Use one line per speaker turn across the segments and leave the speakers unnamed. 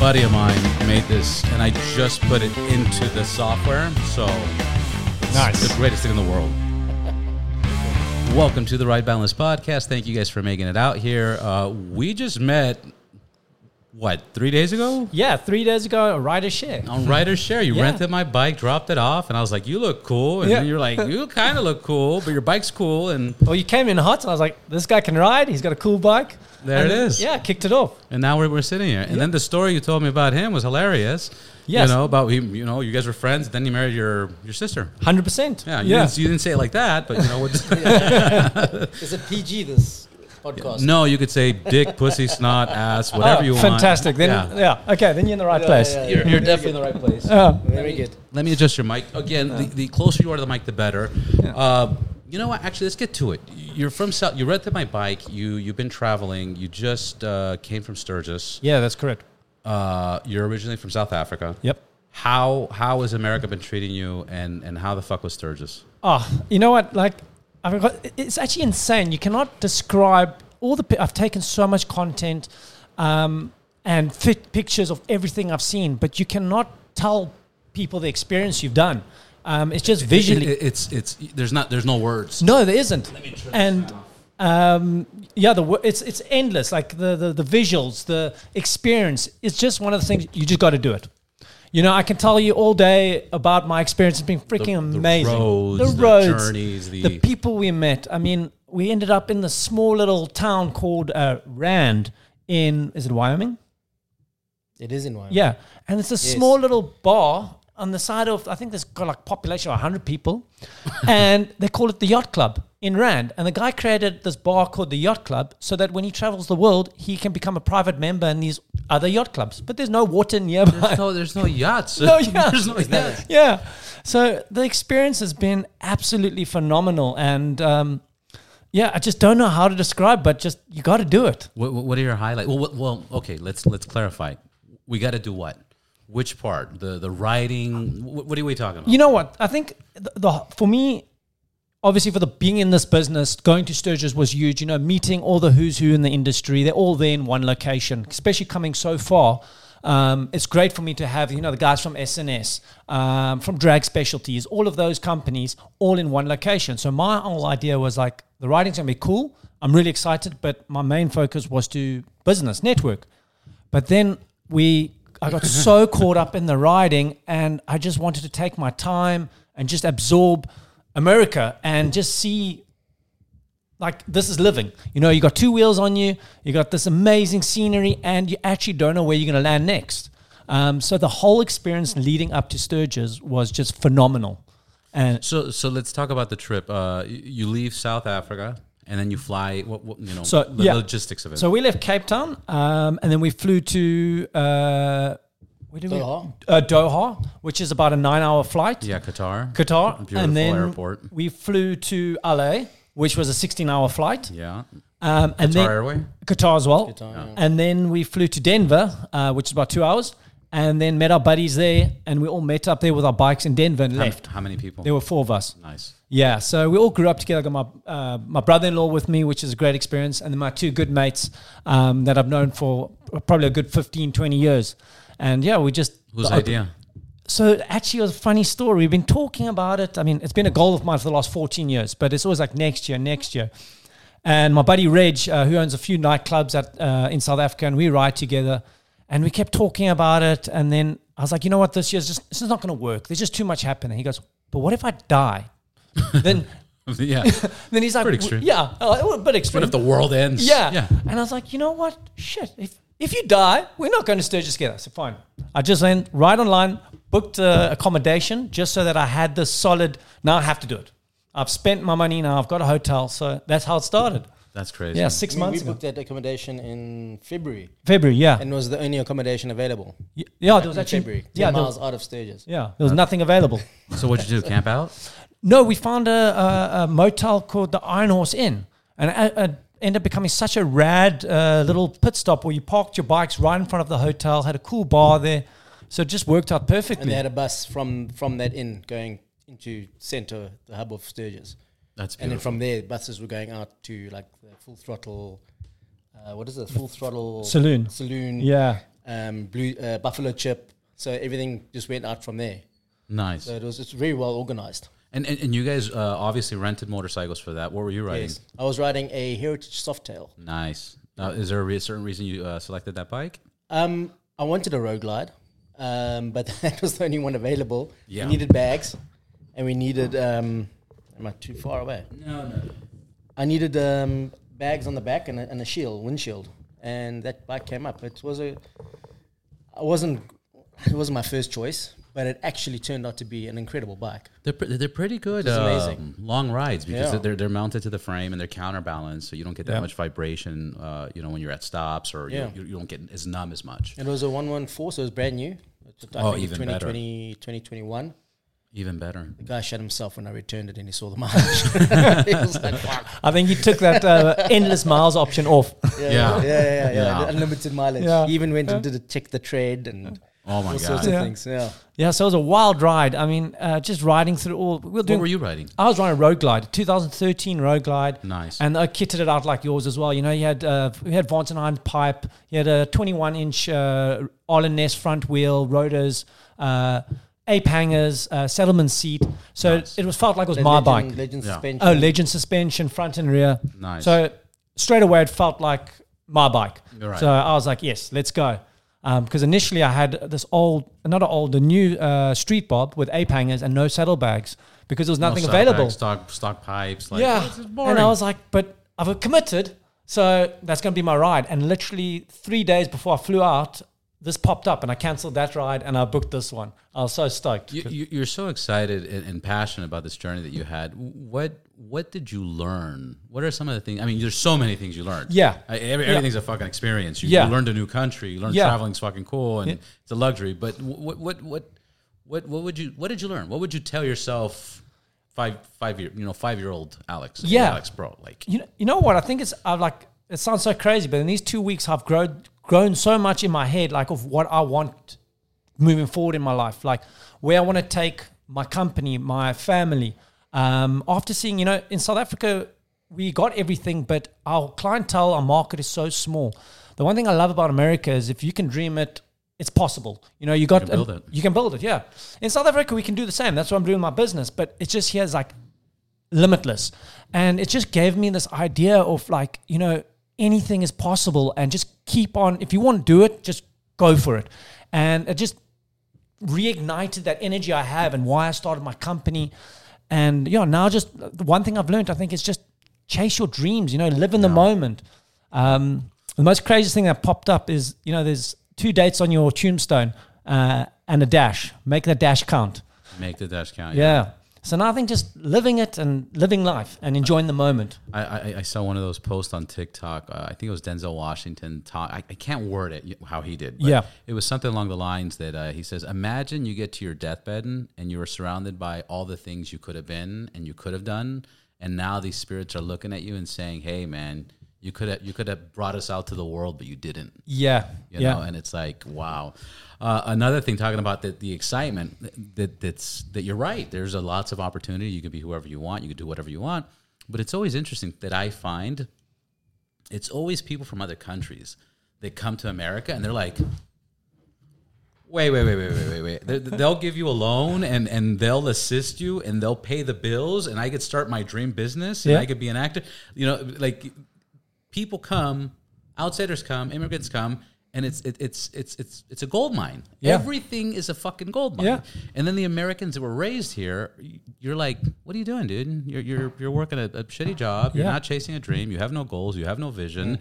buddy of mine made this, and I just put it into the software. So it's
Nice.
the greatest thing in the world. Welcome to the Right Balance Podcast. Thank you guys for making it out here. Uh, we just met, what, three days ago?
Yeah, three days ago, a rider share.
On Rider's Share, you
Yeah.
rented my bike, dropped it off, and I was like, "You look cool," and
Yeah.
then you're like, "You kind of look cool, but your bike's cool." And
Well, you came in hot, and I was like, "This guy can ride. He's got a cool bike."
There
And
it
then-
is.
Yeah, kicked it off.
and now we're, we're sitting here. And then the story you told me about him was hilarious.
Yes.
You know about him. You know you guys were friends. Then you married your your sister.
Hundred percent.
Yeah. You,
yeah.
Didn't, you didn't say it like that, but you know what?
Is it PG this podcast?
no, you could say dick, pussy, snot, ass, whatever
Oh,
you want.
fantastic. Then,
Yeah.
yeah. Okay, then you're in the right
Yeah,
place.
yeah, yeah. You're- You're definitely in the right place.
Uh,
Very good.
Let me adjust your mic again. The, the closer you are to the mic, the better. Uh, you know what? Actually, let's get to it. You're from South. You rented my bike. You you've been traveling. You just uh, came from Sturgis.
yeah, that's correct.
Uh, you're originally from South Africa.
Yep.
How how has America been treating you, and and how the fuck was Sturgis?
Oh, you know what? Like, I forgot. It's actually insane. You cannot describe all the. pi- I've taken so much content, um, and fit pictures of everything I've seen, but you cannot tell people the experience you've done. Um, it's just visually.
It- it- it's it's there's not there's no words.
No, there isn't. and um, yeah, the wo- it's it's endless. Like the, the the visuals, the experience. It's just one of the things you just got to do it. You know, I can tell you all day about my experience. It's been freaking
The- the
amazing.
roads, the journeys, the-
people we met. I mean, we ended up in the small little town called uh, Rand in is it Wyoming?
It is in Wyoming.
Yeah, and it's a small little bar on the side of I think there's got like population of hundred people, and they call it the Yacht Club in Rand. And the guy created this bar called the Yacht Club so that when he travels the world, he can become a private member in these other yacht clubs. But there's no water nearby.
No, there's no yachts.
No yachts.
there's no yachts.
yeah, so the experience has been absolutely phenomenal, and um, yeah, I just don't know how to describe, but just you got to do it.
What, what what are your highlights? Well, what, well, okay. Let's let's clarify. We got to do what? Which part? The the writing. What, what are we talking about?
You know what? I think the, the for me, obviously for the being in this business, going to Sturgis was huge. You know, meeting all the who's who in the industry. They're all there in one location, especially coming so far. Um, it's great for me to have you know the guys from SNS, um, from Drag Specialties, all of those companies, all in one location. So my whole idea was like the writing's gonna be cool. I'm really excited, but my main focus was to business network. But then we, I got so caught up in the riding, and I just wanted to take my time and just absorb America and just see, like this is living. You know, you got two wheels on you, you got this amazing scenery, and you actually don't know where you're going to land next. Um, so the whole experience leading up to Sturgis was just phenomenal, and
So so let's talk about the trip. Uh, y- you leave South Africa and then you fly. What, what you know?
So,
the
yeah.
logistics of it.
So we left Cape Town, um, and then we flew to uh, where did
Doha.
we? Uh, Doha, which is about a nine-hour flight.
yeah, Qatar.
Qatar,
Beautiful
and then
airport.
we flew to LA, which was a 16-hour flight.
Yeah.
Um, and
Qatar
then
Airway.
Qatar as well.
Qatar, yeah.
And then we flew to Denver, uh, which is about two hours, and then met our buddies there, and we all met up there with our bikes in Denver and
How,
left.
how many people?
There were four of us.
nice.
Yeah, so we all grew up together. I got my uh, my brother in law with me, which is a great experience, and then my two good mates um, that I've known for probably a good 15, 20 years. And yeah, we just.
Whose
the-
idea?
So it actually, it was a funny story. We've been talking about it. I mean, it's been a goal of mine for the last 14 years, but it's always like next year, next year. And my buddy Reg, uh, who owns a few nightclubs at, uh, in South Africa, and we ride together. And we kept talking about it. And then I was like, you know what? This year's just, this is not going to work. There's just too much happening. He goes, but what if I die? then
yeah.
then he's like,
Pretty extreme.
Yeah, uh, a bit
What
extreme.
if the world ends?
yeah.
Yeah.
And I was like, you know what? Shit. If, if you die, we're not going to Sturgis together. So fine. I just went right online, booked uh, accommodation just so that I had this solid. Now I have to do it. I've spent my money now. I've got a hotel. So that's how it started.
That's crazy.
Yeah, six
We, we
months ago.
booked that accommodation in February
February, yeah.
and it was the only accommodation available.
Y- yeah, there was
in
actually.
February, 10
Yeah, there
miles
was,
out of Sturgis.
yeah, there was nothing available.
So what'd you do? Camp out?
No, we found a, a, a motel called the Iron Horse Inn, and it, it ended up becoming such a rad uh, little pit stop where you parked your bikes right in front of the hotel, had a cool bar there, so it just worked out
And they
perfectly.
had a bus from from that inn going into center, the hub of Sturgis.
That's
And then
beautiful.
from there, buses were going out to like the full throttle. Uh, what is it? Full throttle
Saloon.
Saloon.
Yeah,
um, blue uh, buffalo chip. So everything just went out from there.
Nice.
So it was it's very well organized.
And, and and you guys uh, obviously rented motorcycles for that. What were you riding?
Yes, I was riding a Heritage Softail.
Nice. Uh, is there a re- certain reason you uh, selected that bike?
Um, I wanted a road glide, um, but that was the only one available.
Yeah.
We needed bags, and we needed. Um, am I too far away?
No, no.
I needed um, bags on the back and a, and a shield, windshield, and that bike came up. It was a, I wasn't, it wasn't my first choice, but it actually turned out to be an incredible bike.
They're, pre- they're pretty good.
Which is amazing.
um, long rides because
Yeah.
they're they're mounted to the frame and they're counterbalanced, so you don't get that
Yeah.
much vibration. Uh, you know when you're at stops or
Yeah.
you, you, you don't get as numb as much.
It was a one one four, so it was brand new. It's, I
Oh,
think,
even
2020, 2021.
Even better.
The guy shut himself when I returned it and he saw the mileage. he was like, "Fuck."
I think you took that uh, endless miles option off.
Yeah,
Yeah.
yeah, yeah, yeah.
Yeah.
the Unlimited mileage.
Yeah.
He even went and did a check the trade and
Oh my
all sorts
god.
of
Yeah.
things. Yeah.
Yeah, so it was a wild ride. I mean, uh, just riding through all. We were
What
doing,
were you riding?
I was riding a road glide, 2013 road glide.
Nice.
And I kitted it out like yours as well. You know, you had uh, you had Vontenheim pipe, you had a 21 inch uh, Arlen Ness front wheel, rotors, uh, ape hangers, uh, settlement seat. So
Nice.
it was felt like it was
The
my
legend,
bike.
Legend
Yeah.
suspension.
Oh, legend suspension, front and rear.
Nice.
So straight away, it felt like my bike.
Right.
So I was like, yes, let's go. Because initially, I had this old, not an old, the new uh, street bob with ape hangers and no saddlebags because there was
No
nothing
stock
available.
bags, stock stock pipes. Like,
yeah.
"Oh, this is boring."
And I was like, but I've committed. So that's going to be my ride. And literally three days before I flew out, this popped up and I canceled that ride and I booked this one. I was so stoked.
You, you, you're so excited and, and passionate about this journey that you had. What what did you learn? What are some of the things? I mean, there's so many things you learned.
Yeah.
I, every, everything's a fucking experience. You,
Yeah.
you learned a new country. You learned
Yeah.
traveling's fucking cool and it's a luxury. But wh- what what what what what would you what did you learn? What would you tell yourself five five year you know five year old Alex? or
Yeah.
Alex, bro. Like
you know, you know what? I think it's I've like it sounds so crazy, but in these two weeks, I've grown grown so much in my head, like of what I want moving forward in my life, like where I want to take my company, my family. Um, after seeing, you know, in South Africa, we got everything, but our clientele, our market is so small. The one thing I love about America is if you can dream it, it's possible. You know, you got
can build it.
you can build it. Yeah, in South Africa, we can do the same. That's what I'm doing in my business, but it's just here's like limitless. And it just gave me this idea of like, you know, anything is possible and just keep on. If you want to do it, just go for it. And it just reignited that energy I have and why I started my company. And, you know, now just the one thing I've learned, I think, is just chase your dreams, you know, live in the moment. Um, the most craziest thing that popped up is, you know, there's two dates on your tombstone uh, and a dash. Make the dash count.
make the dash count.
Yeah. So now I think just living it and living life and enjoying the moment.
I, I, I saw one of those posts on TikTok. Uh, I think it was Denzel Washington. Talk, I, I can't word it y- how he did.
Yeah.
It was something along the lines that uh, he says, Imagine you get to your deathbed and, and you are surrounded by all the things you could have been and you could have done. And now these spirits are looking at you and saying, Hey, man, you could have, you could have brought us out to the world, but you didn't
Yeah.
you know and it's like wow uh, another thing talking about the, the excitement that that's that you're right there's a lots of opportunity you can be whoever you want you can do whatever you want but it's always interesting that i find it's always people from other countries that come to america and they're like Wait, wait, wait, wait, wait, wait, wait. They- They'll give you a loan and, and they'll assist you and they'll pay the bills and I could start my dream business and
Yeah.
I could be an actor. You know, like people come, outsiders come, immigrants come, and it's it, it's it's it's it's a gold mine.
Yeah.
Everything is a fucking gold mine.
Yeah.
And then the Americans that were raised here, y- you're like, what are you doing, dude? You're you're you're working a, a shitty job. You're
Yeah.
not chasing a dream. You have no goals. You have no vision.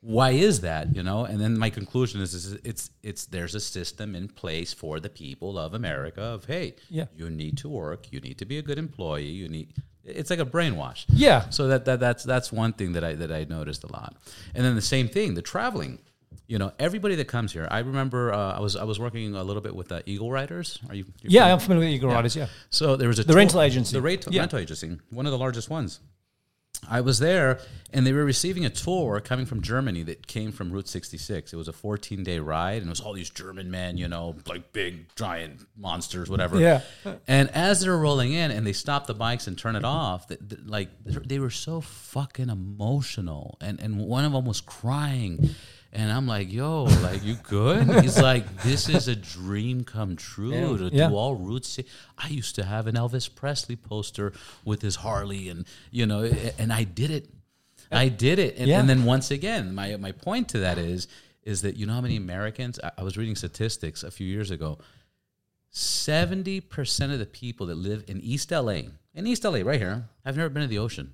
Why is that? You know. And then my conclusion is, is it's it's there's a system in place for the people of America of hey,
Yeah.
you need to work. You need to be a good employee. You need. It's like a brainwash.
Yeah.
So that, that that's that's one thing that I that I noticed a lot. And then the same thing, the traveling. You know, everybody that comes here. I remember uh, I was I was working a little bit with uh, Eagle Riders. Are you? you're
Yeah,
familiar?
I'm familiar with Eagle Riders. Yeah.
So there was a
The rental agency.
the rate,
Yeah.
rental agency, one of the largest ones. I was there, and they were receiving a tour coming from Germany that came from Route 66. It was a 14 day ride, and it was all these German men, you know, like big giant monsters, whatever.
Yeah.
And as they're rolling in, and they stop the bikes and turn it off, th- th- like they were so fucking emotional, and and one of them was crying. And I'm like, yo, like, you good? He's like, this is a dream come true to
Yeah.
do all roots. I used to have an Elvis Presley poster with his Harley, and, you know, and I did it. I did it. And,
Yeah.
and then once again, my, my point to that is, is that you know how many Americans, I, I was reading statistics a few years ago, 70% of the people that live in East LA, in East LA, right here, have never been to the ocean.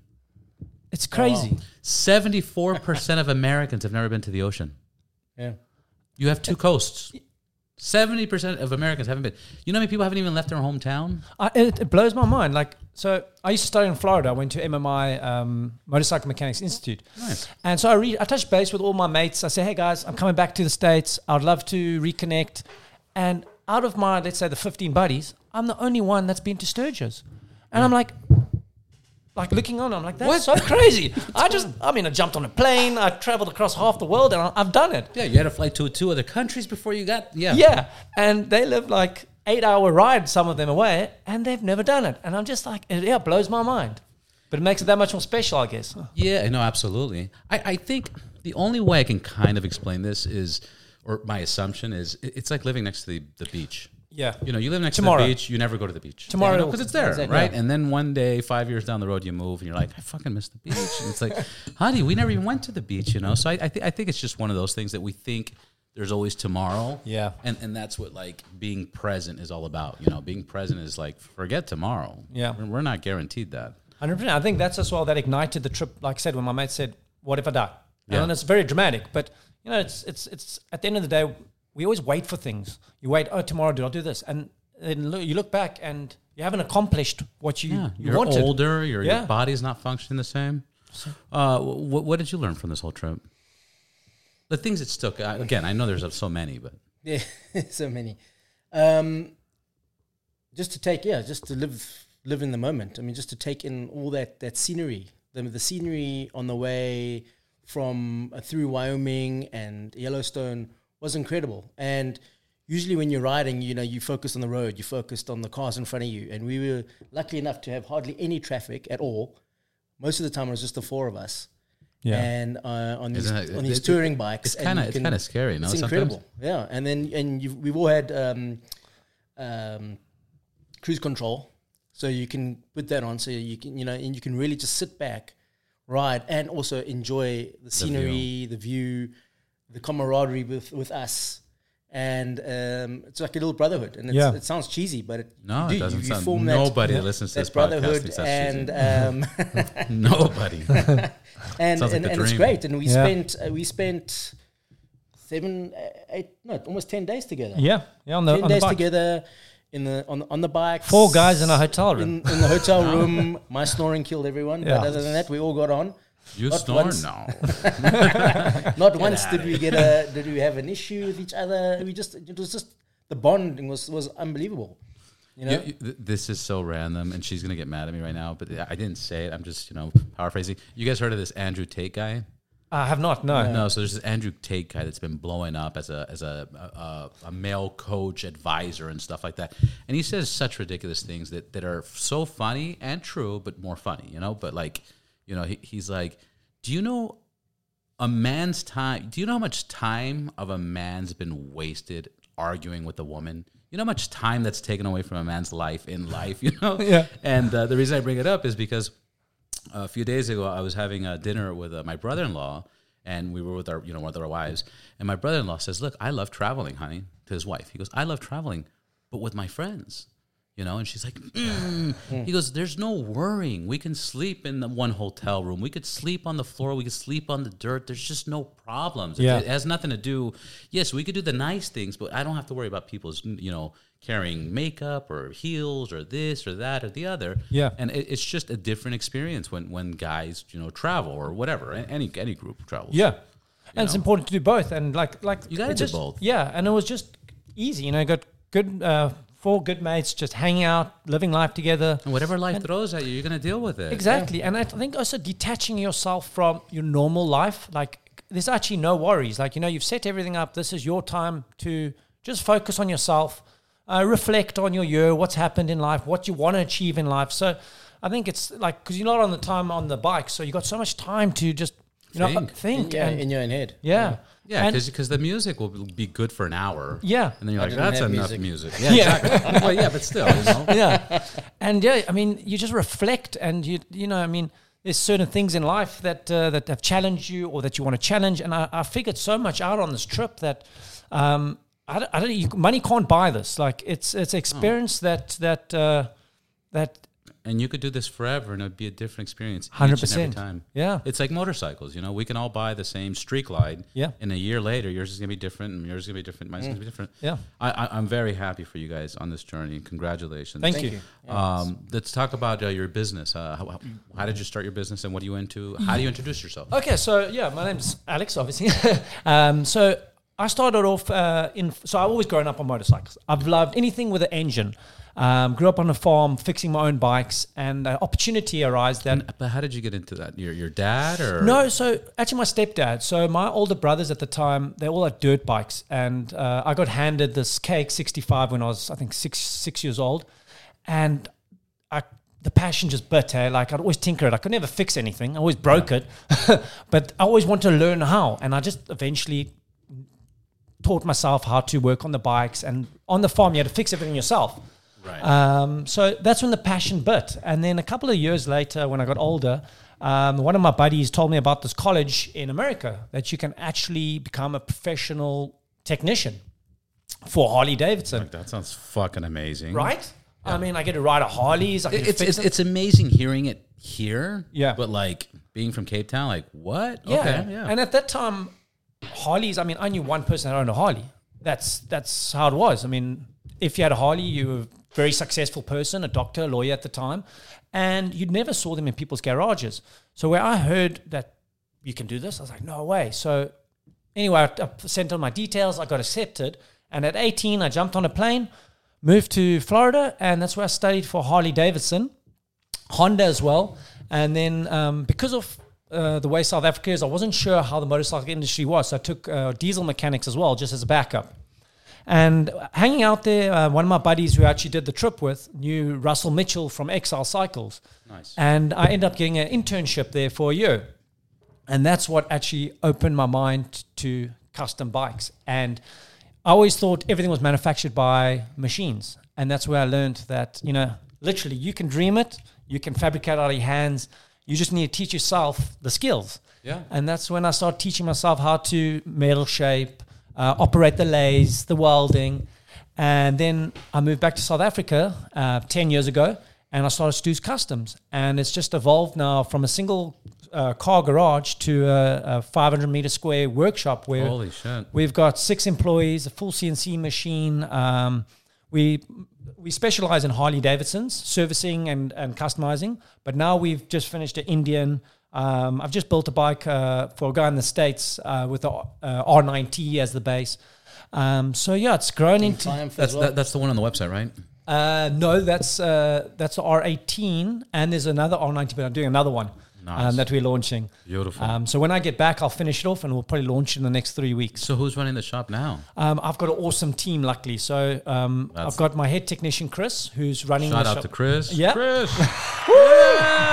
It's crazy.
74% of Americans have never been to the ocean.
Yeah.
You have two coasts. 70% of Americans haven't been. You know how many people haven't even left their hometown?
I, it, it blows my mind. Like, so I used to study in Florida. I went to MMI um, Motorcycle Mechanics Institute,
Nice.
and so I read. I touched base with all my mates. I say, "Hey guys, I'm coming back to the states. I'd love to reconnect." And out of my, let's say, the 15 buddies, I'm the only one that's been to Sturgis, and I'm like. Like looking on, I'm like, that's so crazy. I just, I mean, I jumped on a plane, I traveled across half the world, and I, I've done it.
Yeah, you had to fly to two other countries before you got. Yeah.
Yeah, and they live like eight hour ride, some of them away, and they've never done it. And I'm just like, it, yeah, it blows my mind. But it makes it that much more special, I guess.
Yeah, no, absolutely. I, I think the only way I can kind of explain this is, or my assumption is, it- it's like living next to the, the beach.
Yeah.
You know, you live next to
Tomorrow.
the beach, you never go to the beach.
Tomorrow-
Because it's there,
Exactly.
right?
Yeah.
And then one day, five years down the road, you move and you're like, I fucking miss the beach. And it's like, honey, we never even went to the beach, you know? So I, I, thi- I think it's just one of those things that we think there's always tomorrow.
Yeah.
And, and that's what like being present is all about. You know, being present is like, forget tomorrow.
Yeah.
We're, we're not guaranteed that.
100%. I think that's as well that ignited the trip. Like I said, when my mate said, What if I die?
Yeah.
And then it's very dramatic, but you know, it's, it's, it's at the end of the day, we always wait for things. You wait, oh, tomorrow, do I do this? And then look, you look back and you haven't accomplished what you,
Yeah,
you
you're
wanted.
older. Your,
Yeah.
your body's not functioning the same. Uh, what, what did you learn from this whole trip? The things that stuck. I- Again, I know there's so many, but
Yeah, so many. Um, just to take, yeah, just to live, live in the moment. I mean, just to take in all that that scenery, the, the scenery on the way from uh, through Wyoming and Yellowstone was incredible. And usually, when you're riding, you know, you focus on the road, you focused on the cars in front of you. And we were lucky enough to have hardly any traffic at all. Most of the time, it was just the four of us. And uh, on these
Isn't it-
on these
it-
touring
it's
bikes, and
kind
you
of it's
can-
kind of scary. No,
it's
sometimes?
incredible. Yeah, and then and you've, we've all had um, um, cruise control, so you can put that on, so you can you know, and you can really just sit back, ride, and also enjoy the scenery, the view, the, camaraderie with with us. And um, it's like a little brotherhood, and it's,
Yeah.
it sounds cheesy, but it,
No,
you
it
do,
doesn't
you, you
sound.
form that,
Nobody that listens to
that
this podcast
brotherhood,
thinks that's
and
cheesy.
um,
Nobody.
and
Sounds like
and,
the
and it's
dream.
great. And we
Yeah.
spent uh, we spent seven, uh, eight, no, almost ten days together.
Yeah. Yeah. On the,
ten
on the
days
bike.
together in the on on the bike.
Four guys in a hotel room.
In, in the hotel room, my snoring killed everyone.
Yeah.
But other than that, we all got on.
You
Not
snore
once.
now.
Not once did we get a did we have an issue with each other. We just it was just the bonding was was unbelievable. You know,
You- you- th- this is so random, and she's gonna get mad at me right now. But I I didn't say it. I'm just you know paraphrasing. You guys heard of this Andrew Tate guy?
I have not. No.
No, so there's this Andrew Tate guy that's been blowing up as a as a a, a male coach advisor and stuff like that, and he says such ridiculous things that that are so funny and true, but more funny, you know. But like, you know, he, he's like, do you know a man's time? Do you know how much time of a man's been wasted arguing with a woman? You know how much time that's taken away from a man's life in life, you know?
Yeah.
And uh, the reason I bring it up is because a few days ago, I was having a dinner with uh, my brother in law, and we were with our, you know, with our wives. And my brother in law says, "Look, I love traveling, honey." To his wife, he goes, "I love traveling, but with my friends." You know, and she's like, "Mm." he goes, there's no worrying. We can sleep in the one hotel room. We could sleep on the floor. We could sleep on the dirt. There's just no problems. It-
Yeah.
It, has nothing to do. Yes, we could do the nice things, but I don't have to worry about people's, you know, carrying makeup or heels or this or that or the other
Yeah.
and it, it's just a different experience when when guys you know travel or whatever a- any any group travels
Yeah, and it's important to do both. And like, like
You gotta
it
do
just-
both.
Yeah, and it was just easy. You know, got good uh, four good mates, just hanging out, living life together.
and whatever life throws at you you're gonna deal with it
Exactly, and I think also detaching yourself from your normal life. Like, there's actually no worries. Like, you know, you've set everything up. This is your time to just focus on yourself, uh, reflect on your year, what's happened in life, what you want to achieve in life. So, I think it's like because you're not on the time on the bike, so you got so much time to just You know,
Think.
think
Yeah,
and
in your own head.
yeah,
Yeah,
And-
because the music will be good for an hour.
Yeah.
and then you're
I
like,
didn't
that's
have
enough music.
music.
Yeah,
Yeah.
exactly. well, yeah, but still, you know.
yeah. And yeah, I mean, you just reflect, and you you know, I mean, there's certain things in life that uh, that have challenged you or that you want to challenge. And I, I figured so much out on this trip that um, I don't, I don't you, money can't buy this. Like it's it's experience that that uh, that
And you could do this forever, and it'd be a different experience. each and
hundred
every
percent.
time.
Yeah,
It's like motorcycles, you know. We can all buy the same streak light.
Yeah.
And a year later, yours is gonna be different, and yours is gonna be different, mine's
Mm.
gonna be different.
yeah.
I, I, I'm very happy for you guys on this journey, and congratulations.
Thank,
Thank
you.
you.
Um, let's talk about uh, your business. Uh, how, how, how did you start your business, and what are you into? How do you introduce yourself?
Okay, so yeah, my name's Alex, obviously. um, so I started off uh, in. So I've always grown up on motorcycles. I've loved anything with an engine. Um, grew up on a farm, fixing my own bikes, and uh, opportunity arose that.
But how did you get into that? Your your dad or
No, so actually, my stepdad. So my older brothers at the time, they all had dirt bikes, and uh, I got handed this KX65 when I was, I think, six six years old, and I the passion just bit. Eh? Like I'd always tinker it. I could never fix anything. I always broke it, but I always wanted to learn how, and I just eventually taught myself how to work on the bikes and on the farm. You had to fix everything yourself.
Right.
Um, so that's when the passion bit. And then a couple of years later, when I got older, um, one of my buddies told me about this college in America that you can actually become a professional technician for Harley Davidson,
That sounds fucking amazing.
right? I mean, I get to ride a Harley's. I get to
It's
fix
it's,
them.
it's amazing hearing it here.
Yeah.
But like being from Cape Town, like what?
yeah.
Okay, yeah.
And at that time, Harleys. I mean, I knew one person that owned a Harley. That's that's how it was. I mean, if you had a Harley, you were a very successful person, a doctor, a lawyer at the time, and you never saw them in people's garages. So where I heard that you can do this, I was like, no way. So anyway, I, I sent on my details. I got accepted, and at 18, I jumped on a plane, moved to Florida, and that's where I studied for Harley Davidson. Honda as well. And then um, because of uh, the way South Africa is, I wasn't sure how the motorcycle industry was. So I took uh, diesel mechanics as well, just as a backup. And hanging out there, uh, one of my buddies who I actually did the trip with knew Russell Mitchell from Exile Cycles.
Nice.
And I ended up getting an internship there for a year. And that's what actually opened my mind to custom bikes. And I always thought everything was manufactured by machines. And that's where I learned that, you know, literally you can dream it, you can fabricate out of your hands. You just need to teach yourself the skills.
Yeah.
And that's when I started teaching myself how to metal shape, uh, operate the lays, the welding. And then I moved back to South Africa uh, 10 years ago and I started Stu's Customs. And it's just evolved now from a single uh, car garage to a, a 500 meter square workshop where
Holy shit.
We've got six employees, a full CNC machine. Um, we we specialize in Harley Davidsons, servicing and, and customizing. But now we've just finished an Indian. Um, I've just built a bike uh, for a guy in the States uh, with the uh, R9T as the base. Um, so yeah, it's grown into.
Triumph
That's
as well.
that, that's the one on the website, right?
Uh, no, that's uh, that's the R18, and there's another R90, but I'm doing another one
Nice.
um, that we're launching.
Beautiful.
Um, so when I get back, I'll finish it off, and we'll probably launch in the next three weeks.
so who's running the shop now?
Um, I've got an awesome team, luckily. So um,
That's-
I've got my head technician Chris, who's running
Shout
the
out
shop,
to Chris.
Yeah.
Chris.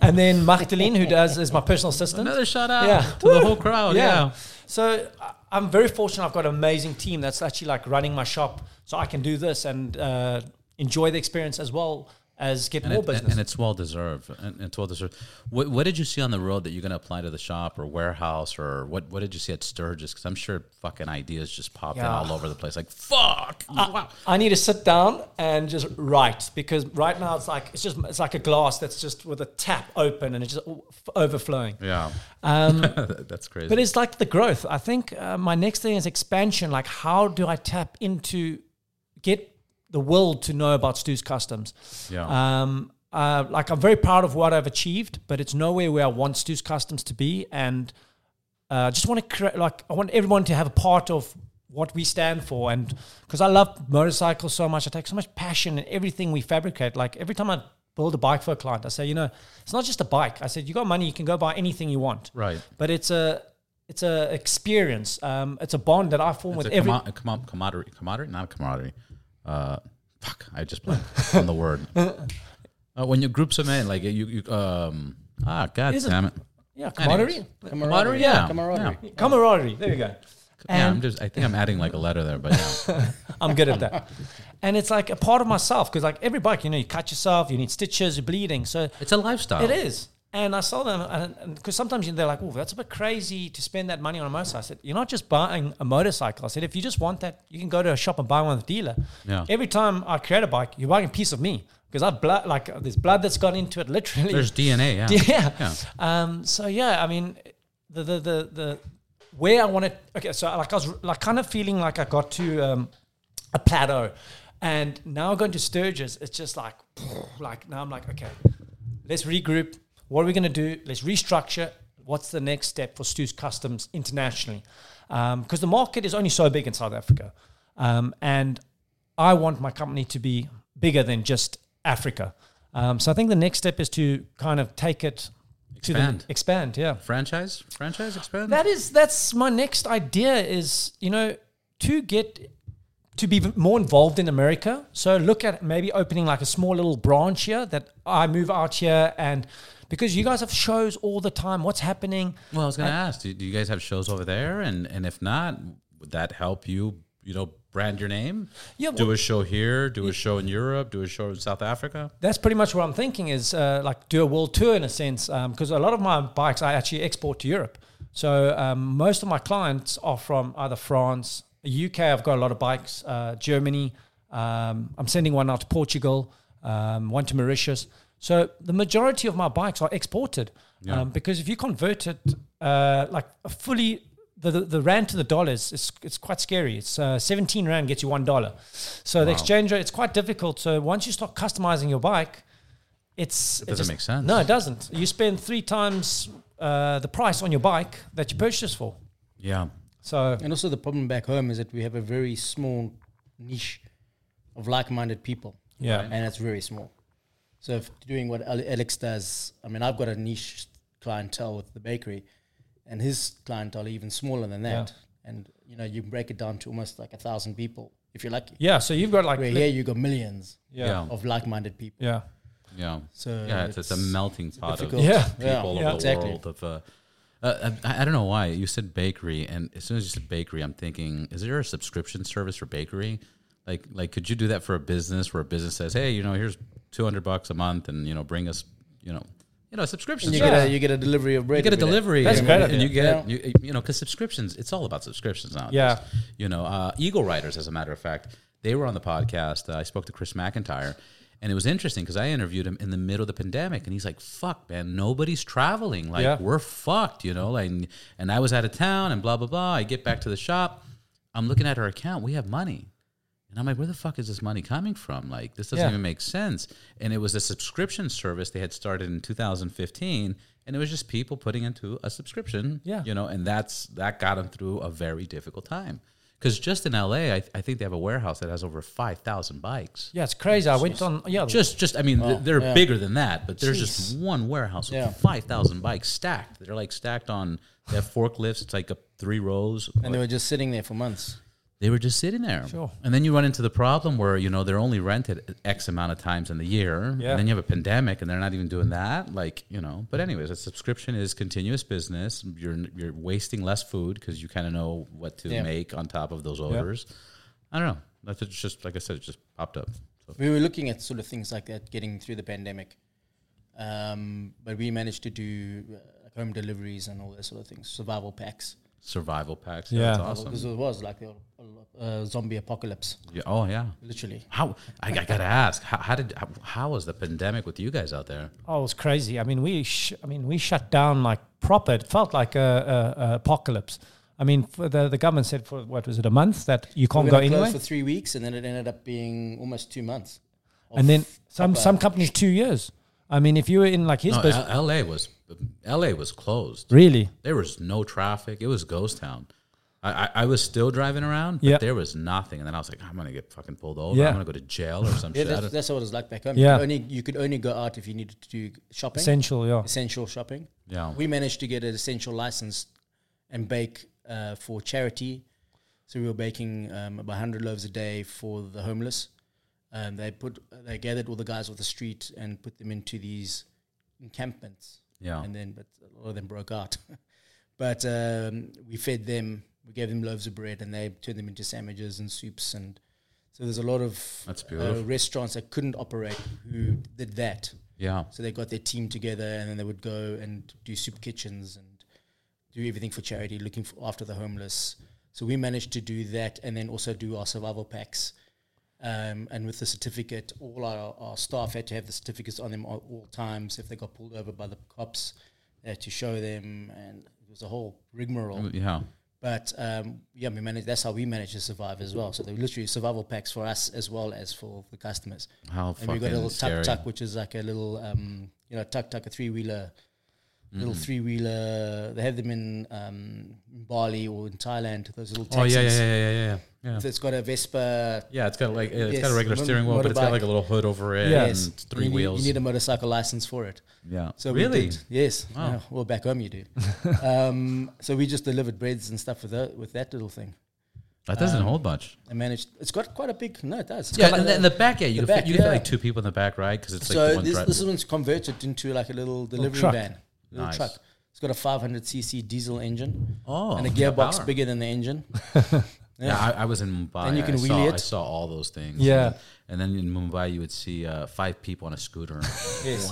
and then Magdalene, who does is my personal assistant.
Another shout out
Yeah.
to the whole crowd. Oh, Yeah.
So I- I'm very fortunate. I've got an amazing team that's actually like running my shop, so I can do this and uh, enjoy the experience as well as get
And,
more
it- and-
business.
and it's well deserved. And it's well deserved. What, what did you see on the road that you're going to apply to the shop or warehouse or what? What did you see at Sturgis? Because I'm sure fucking ideas just popped
Yeah. Uh,
in all over the place. Like fuck. wow.
I need to sit down and just write because right now it's like it's just it's like a glass that's just with a tap open and it's just o- f- overflowing.
Yeah. that's crazy.
Um, But it's like the growth. I think uh, my next thing is expansion. Like, how do I tap into get the world to know about Stu's Customs?
yeah.
Um, uh, like, I'm very proud of what I've achieved, but it's nowhere where I want Stu's Customs to be. And uh, I just want to create, like, I want everyone to have a part of what we stand for. And because I love motorcycles so much, I take so much passion in everything we fabricate. Like, every time I build a bike for a client, I say, you know, it's not just a bike. I said, you got money, you can go buy anything you want
right.
but it's a it's a experience. Um, it's a bond that I form
It's
with
a
every.
commo- a commo- camaraderie, camaraderie, not a camaraderie. Uh, fuck, I just blanked on the word. Uh, when your groups of men, like you, you um, ah, god
Isn't-
damn it,
Yeah,
Anyways.
camaraderie.
Camaraderie.
yeah.
Camaraderie.
Camaraderie. There you go.
yeah,
And
I'm just. I think I'm adding like a letter there, but yeah.
I'm good at that. And it's like a part of myself because like every bike, you know, you cut yourself, you need stitches, you're bleeding. So
it's a lifestyle.
it is. And I saw them because sometimes they're like, oh, that's a bit crazy to spend that money on a motorcycle. I said, you're not just buying a motorcycle. I said, if you just want that, you can go to a shop and buy one with a dealer.
Yeah.
Every time I create a bike, you're buying a piece of me because I've blood, like uh, there's blood that's gone into it, literally.
There's DNA. Yeah.
yeah.
Yeah.
Um, so yeah, I mean, the the the, the where I wanted. Okay, so like I was like kind of feeling like I got to um, a plateau, and now going to Sturgis, it's just like like now I'm like okay, let's regroup. What are we gonna do? Let's restructure. What's the next step for Stu's Customs internationally? Because the market is only so big in South Africa, um, and I want my company to be bigger than just Africa. Um, so I think the next step is to kind of take it
Expand.
to the, expand. Yeah,
Franchise. Franchise expand.
that is that's my next idea is you know to get to be more involved in America. So look at maybe opening like a small little branch here that I move out here and because you guys have shows all the time, what's happening?
Well, I was going to ask, do, do you guys have shows over there? And and if not, would that help you, you know, brand your name?
Yeah,
Do
well-
a show here, do a show in Europe, do a show in South Africa.
that's pretty much what I'm thinking is uh, like do a world tour in a sense because a lot of my bikes I actually export to Europe. So um, most of my clients are from either France, UK. I've got a lot of bikes. Uh, Germany. Um, I'm sending one out to Portugal. Um, one to Mauritius. So the majority of my bikes are exported um, because if you convert it uh, like a fully the, the, the rand to the dollar is it's, it's quite scary. It's uh, 17 rand gets you one dollar. So the exchange rate, it's quite difficult. So once you start customizing your bike, it's it
doesn't
just-
make sense.
No, it doesn't. You spend three times uh, the price on your bike that you purchased for.
Yeah.
So
And also the problem back home is that we have a very small niche of like-minded people,
yeah,
and it's very small. So if doing what Ale- Alex does, I mean, I've got a niche clientele with the bakery, and his clientele are even smaller than that. And you know, you break it down to almost like a thousand people if you're lucky.
yeah. So you've got like
Where
yeah
here you got millions
yeah
of like-minded people.
yeah
Yeah.
So
yeah, it's, it's a melting pot of
difficult.
people
Yeah.
Yeah,
all
yeah.
over the
Exactly.
world. Of, uh, uh, I, I don't know why you said bakery, and as soon as you said bakery, I'm thinking, is there a subscription service for bakery? Like, like, could you do that for a business where a business says, "Hey, you know, here's 200 bucks a month, and you know, bring us, you know, you know, subscription
You
service."
get a you get a delivery of bread.
you get a
every day.
delivery.
That's
and,
great idea.
And you get,
Yeah.
you, you know, because subscriptions, it's all about subscriptions now.
Yeah.
You know, uh, Eagle Riders, as a matter of fact, they were on the podcast. Uh, I spoke to Chris McIntyre, and it was interesting because I interviewed him in the middle of the pandemic, and he's like, fuck, man, nobody's traveling. Like,
Yeah.
we're fucked, you know? Like, and, and I was out of town and blah, blah, blah. I get back to the shop. I'm looking at her account. We have money. And I'm like, where the fuck is this money coming from? Like, this doesn't
Yeah.
even make sense. And it was a subscription service they had started in 2015, and it was just people putting into a subscription.
Yeah.
you know, and that's that got them through a very difficult time. Because just in LA, I, I think they have a warehouse that has over 5,000 bikes.
yeah. It's crazy. I went on yeah
Just, just, I mean, th- they're
Oh, yeah.
bigger than that, but there's just one warehouse with
Yeah.
5,000 bikes stacked. They're like stacked on, they have forklifts. It's like a three rows.
and they were just sitting there for months.
They were just sitting there.
Sure.
And then you run into the problem where, you know, they're only rented X amount of times in the year.
Yeah.
And then you have a pandemic and they're not even doing that. Like, you know, but anyways, a subscription is continuous business. You're you're wasting less food because you kind of know what to
Yeah.
make on top of those orders. I don't know. That's it's just, like I said, it just popped up. So,
We were looking at sort of things like that getting through the pandemic, um, but we managed to do uh, like home deliveries and all those sort of things, survival packs.
survival packs.
Yeah.
Yeah. That's
Because
awesome.
it was like the uh, zombie apocalypse,
Yeah. Oh, yeah.
literally.
How, I, I got to ask, how, how did, how, how was the pandemic with you guys out there?
Oh, it was crazy. I mean, we sh- I mean, we shut down like proper. It felt like a, a, a apocalypse. I mean, for the the government said for what was it a month that you
We
can't
were
go
gonna close
anywhere,
for three weeks, and then it ended up being almost two months. of
and then some
proper-
some companies two years. I mean, if you were in like his
No,
business,
L- LA was, LA was closed.
really,
There was no traffic. It was ghost town. I, I, I was still driving around, but
Yeah.
there was nothing. And then I was like, I'm gonna get fucking pulled over.
Yeah.
I'm gonna go to jail or some
Yeah,
shit. I
that's,
don't-
that's what it was like back home.
Yeah.
You, could only, you could only go out if you needed to do shopping,
essential, yeah.
essential shopping.
yeah.
We managed to get an essential license and bake uh, for charity. So we were baking um, about 100 loaves a day for the homeless. Um, they put they gathered all the guys off the street and put them into these encampments
Yeah.
and then but a lot of them broke out. but um, we fed them, we gave them loaves of bread, and they turned them into sandwiches and soups. And so there's a lot of
That's beautiful.
Uh, restaurants that couldn't operate who did that.
Yeah.
So they got their team together, and then they would go and do soup kitchens and do everything for charity, looking for, after the homeless. So we managed to do that, and then also do our survival packs. Um, and with the certificate, all our, our staff had to have the certificates on them at all times. If they got pulled over by the cops, they had to show them, and it was a whole rigmarole.
Yeah.
But um, yeah, we managed. That's how we managed to survive as well. So they were literally survival packs for us as well as for the customers.
How
And we
fucking
got a little
scary.
tuk tuk, which is like a little, um, you know, tuk tuk, a three wheeler, little
Mm-hmm.
three wheeler. They have them in um, Bali or in Thailand. Those little
Oh
taxis.
yeah, yeah, yeah, yeah, yeah, yeah.
It's got a Vespa.
Yeah, it's got like it's
Yes,
got a regular
mon-
steering wheel, but it's got
motorbike.
like a little hood over it
Yes.
and three
you need,
wheels.
You need a motorcycle license for it.
yeah.
So we
really,
did- yes.
Wow.
Yeah, well, back home you do. um, so we just delivered breads and stuff with that with that little thing.
that doesn't
um,
hold much.
I managed. It's got quite a big. No, it does. It's
Yeah,
got
and
like
then the back, yeah, you can
the
fit,
back,
you can fit
yeah.
like two people in the back, right? Because it's like the
so
one
this,
drive.
this one's converted into like a little delivery
truck.
van, little
Nice.
truck. It's got a 500cc diesel engine
oh,
and a
yeah,
gearbox
power.
bigger than the engine.
Yeah, I, I was in Mumbai.
And you can
I
wheelie
saw,
it.
I saw all those things.
Yeah.
and then in Mumbai, you would see uh, five people on a scooter
yes,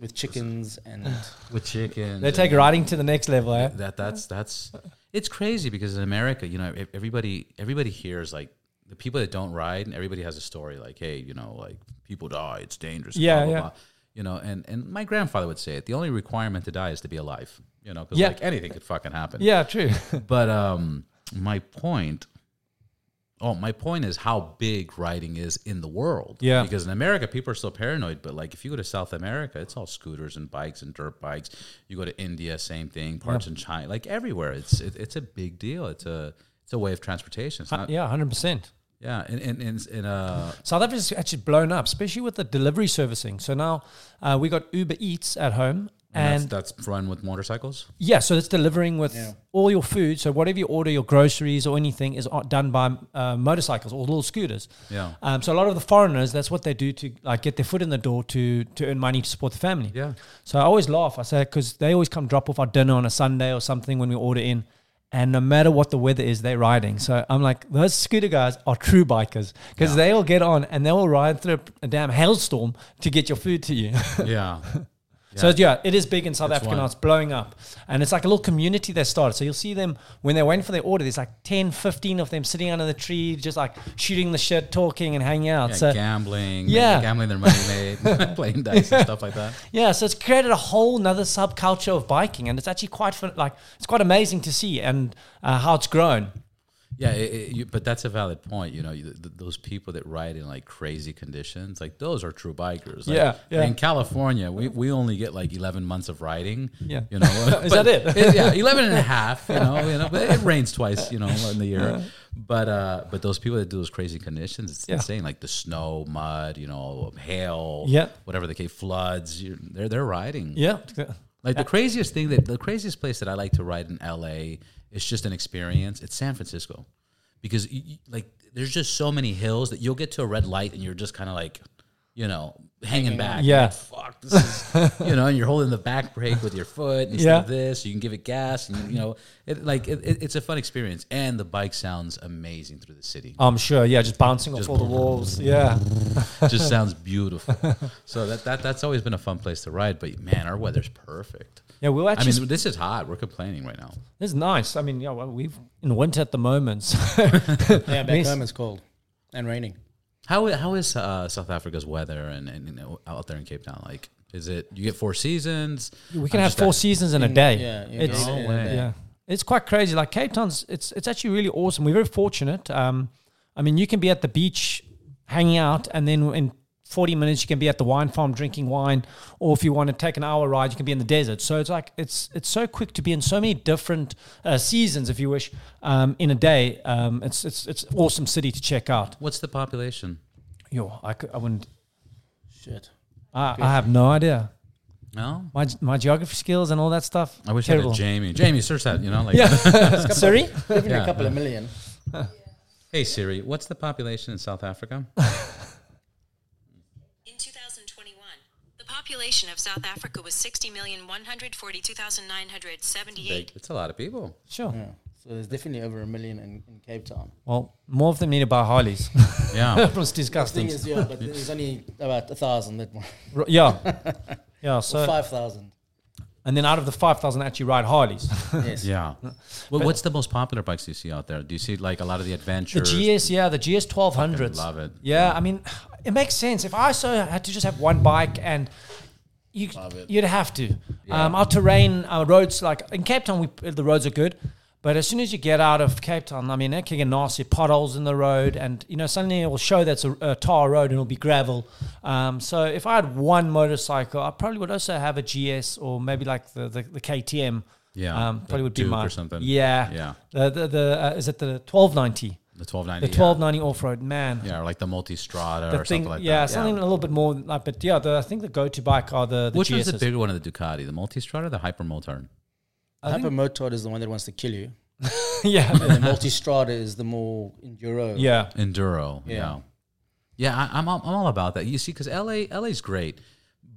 with chickens and
with chicken.
They take riding to the next level, eh?
that that's that's it's crazy because in America, you know, ev- everybody everybody hears like the people that don't ride, and everybody has a story like, hey, you know, like people die, it's dangerous.
Yeah,
blah, blah,
yeah.
blah. You know, and and my grandfather would say it. The only requirement to die is to be alive. You know, because
Yeah.
like anything could fucking happen.
Yeah, true.
But um, my point. Oh, my point is how big riding is in the world.
Yeah.
Because in America, people are still paranoid. But like, if you go to South America, it's all scooters and bikes and dirt bikes. You go to India, same thing. Parts in China, like everywhere, it's it, it's a big deal. It's a it's a way of transportation. It's not,
yeah, hundred percent.
yeah. And and and, and uh,
South Africa's actually blown up, especially with the delivery servicing. So now uh, we got Uber Eats at home, and
that's, that's run with motorcycles.
yeah, so it's delivering with all your food. So whatever you order, your groceries or anything is uh, done by uh, motorcycles or little scooters.
Yeah.
Um, so a lot of the foreigners, that's what they do to like get their foot in the door to to earn money to support the family.
Yeah.
So I always laugh. I say because they always come drop off our dinner on a Sunday or something when we order in, and no matter what the weather is, they're riding. So I'm like, those scooter guys are true bikers because they will get on and they will ride through a damn hailstorm to get your food to you.
Yeah.
So yeah, it is big in South Africa now.
wild.
It's blowing up. And it's like a little community they started. So you'll see them when they're waiting for their order, there's like 10, 15 of them sitting under the tree, just like shooting the shit, talking and hanging out.
Yeah,
so
gambling,
Yeah.
gambling their money made, playing dice and stuff like that.
yeah, so it's created a whole nother subculture of biking and it's actually quite fun, like it's quite amazing to see and uh, how it's grown.
Yeah, it, it, you, but that's a valid point. You know, you, th- those people that ride in like crazy conditions, like those are true bikers. Like,
Yeah, yeah.
In California, we, we only get like 11 months of riding.
Yeah.
You know,
Is
but-
that it?
yeah, 11 and a half, you know, you know, but it rains twice, you know, in the year. But uh, but those people that do those crazy conditions, it's
Yeah.
insane. Like the snow, mud, you know, hail,
Yeah.
whatever the case, floods. You're, they're they're riding.
Yeah.
Like the craziest thing that the craziest place that I like to ride in LA is just an experience. It's San Francisco, because y y- like there's just so many hills that you'll get to a red light and you're just kind of like, you know, hanging back.
Yeah.
Like, fuck this is, you know, and you're holding the back brake with your foot instead
Yeah.
of this. You can give it gas, and you know, it, like it, it- it's a fun experience. And the bike sounds amazing through the city.
I'm sure. Yeah, just bouncing
Just
off all the walls. Yeah.
just sounds beautiful. So that, that that's always been a fun place to ride. But man, our weather's perfect.
Yeah, we'll
I
actually
mean, this is hot. We're complaining right now.
This is nice. I mean, yeah, well, we've in winter at the moment. So
yeah, back
Yes.
home it's cold and raining.
How how is uh, South Africa's weather and, and you know, out there in Cape Town like? Is it you get four seasons?
we can
I'm
have
just
four
at-
seasons in a
In-
day.
Mm, yeah, in
it's
No
Yeah.
way.
yeah, it's quite crazy. Like Cape Town's, it's it's actually really awesome. We're very fortunate. Um, I mean, you can be at the beach, hanging out, and then in 40 minutes you can be at the wine farm drinking wine, or if you want to take an hour ride, you can be in the desert. So it's like it's it's so quick to be in so many different uh, seasons, if you wish, um, in a day. Um, it's it's it's awesome city to check out.
What's the population?
Yo, I, could, I wouldn't.
Shit.
I, I have no idea.
No,
my my geography skills and all that stuff.
I wish I
terrible.
had a Jamie. Jamie, search that. You know, like
Yeah, sorry.
Even
Yeah.
a couple of million.
hey Siri, what's the population in South Africa?
In 2021, the population population of South Africa was 60,142,978.
Big. It's a lot of people.
Sure.
So there's definitely over a million in, in Cape Town.
Well, more of them need to buy Harleys.
Yeah.
From Steve's
Thing
Customs.
is, yeah, but there's only about a thousand that one,
R- yeah. Yeah. So,
five thousand.
and then out of the 5,000 actually ride Harleys.
Yes.
yeah. Well, what's the most popular bikes you see out there? Do you see like a lot of the
the
adventures?
GS, yeah, the GS 1200s.
Fucking love it.
Yeah. I mean, it makes sense. If I so had to just have one bike and you, you'd have to. Um, our terrain, our roads, like in Cape Town, we, the roads are good. But as soon as you get out of Cape Town, I mean, they're kicking nasty potholes in the road, and you know suddenly it will show that's a, a tar road and it'll be gravel. Um, so if I had one motorcycle, I probably would also have a GS or maybe like the the, the KTM.
Yeah,
um,
the
probably would be
Duke
my
or something.
Yeah,
Yeah.
The the, the uh, is it the twelve ninety?
The 1290.
The
yeah.
twelve ninety off road, man.
Yeah, or like the Multistrada
The
or
thing,
something like
yeah,
that.
something a little bit more like, but yeah, the, I think the go-to bike are the, the
Which one's the
GSs.
bigger one of the Ducati? The Multistrada or the Hypermotard?
I is the one that wants to kill you.
yeah,
And the Multistrada is the more enduro.
yeah,
Enduro. Yeah.
Yeah.
Yeah, I, I'm, all- I'm all about that. You see, because LA, LA's great,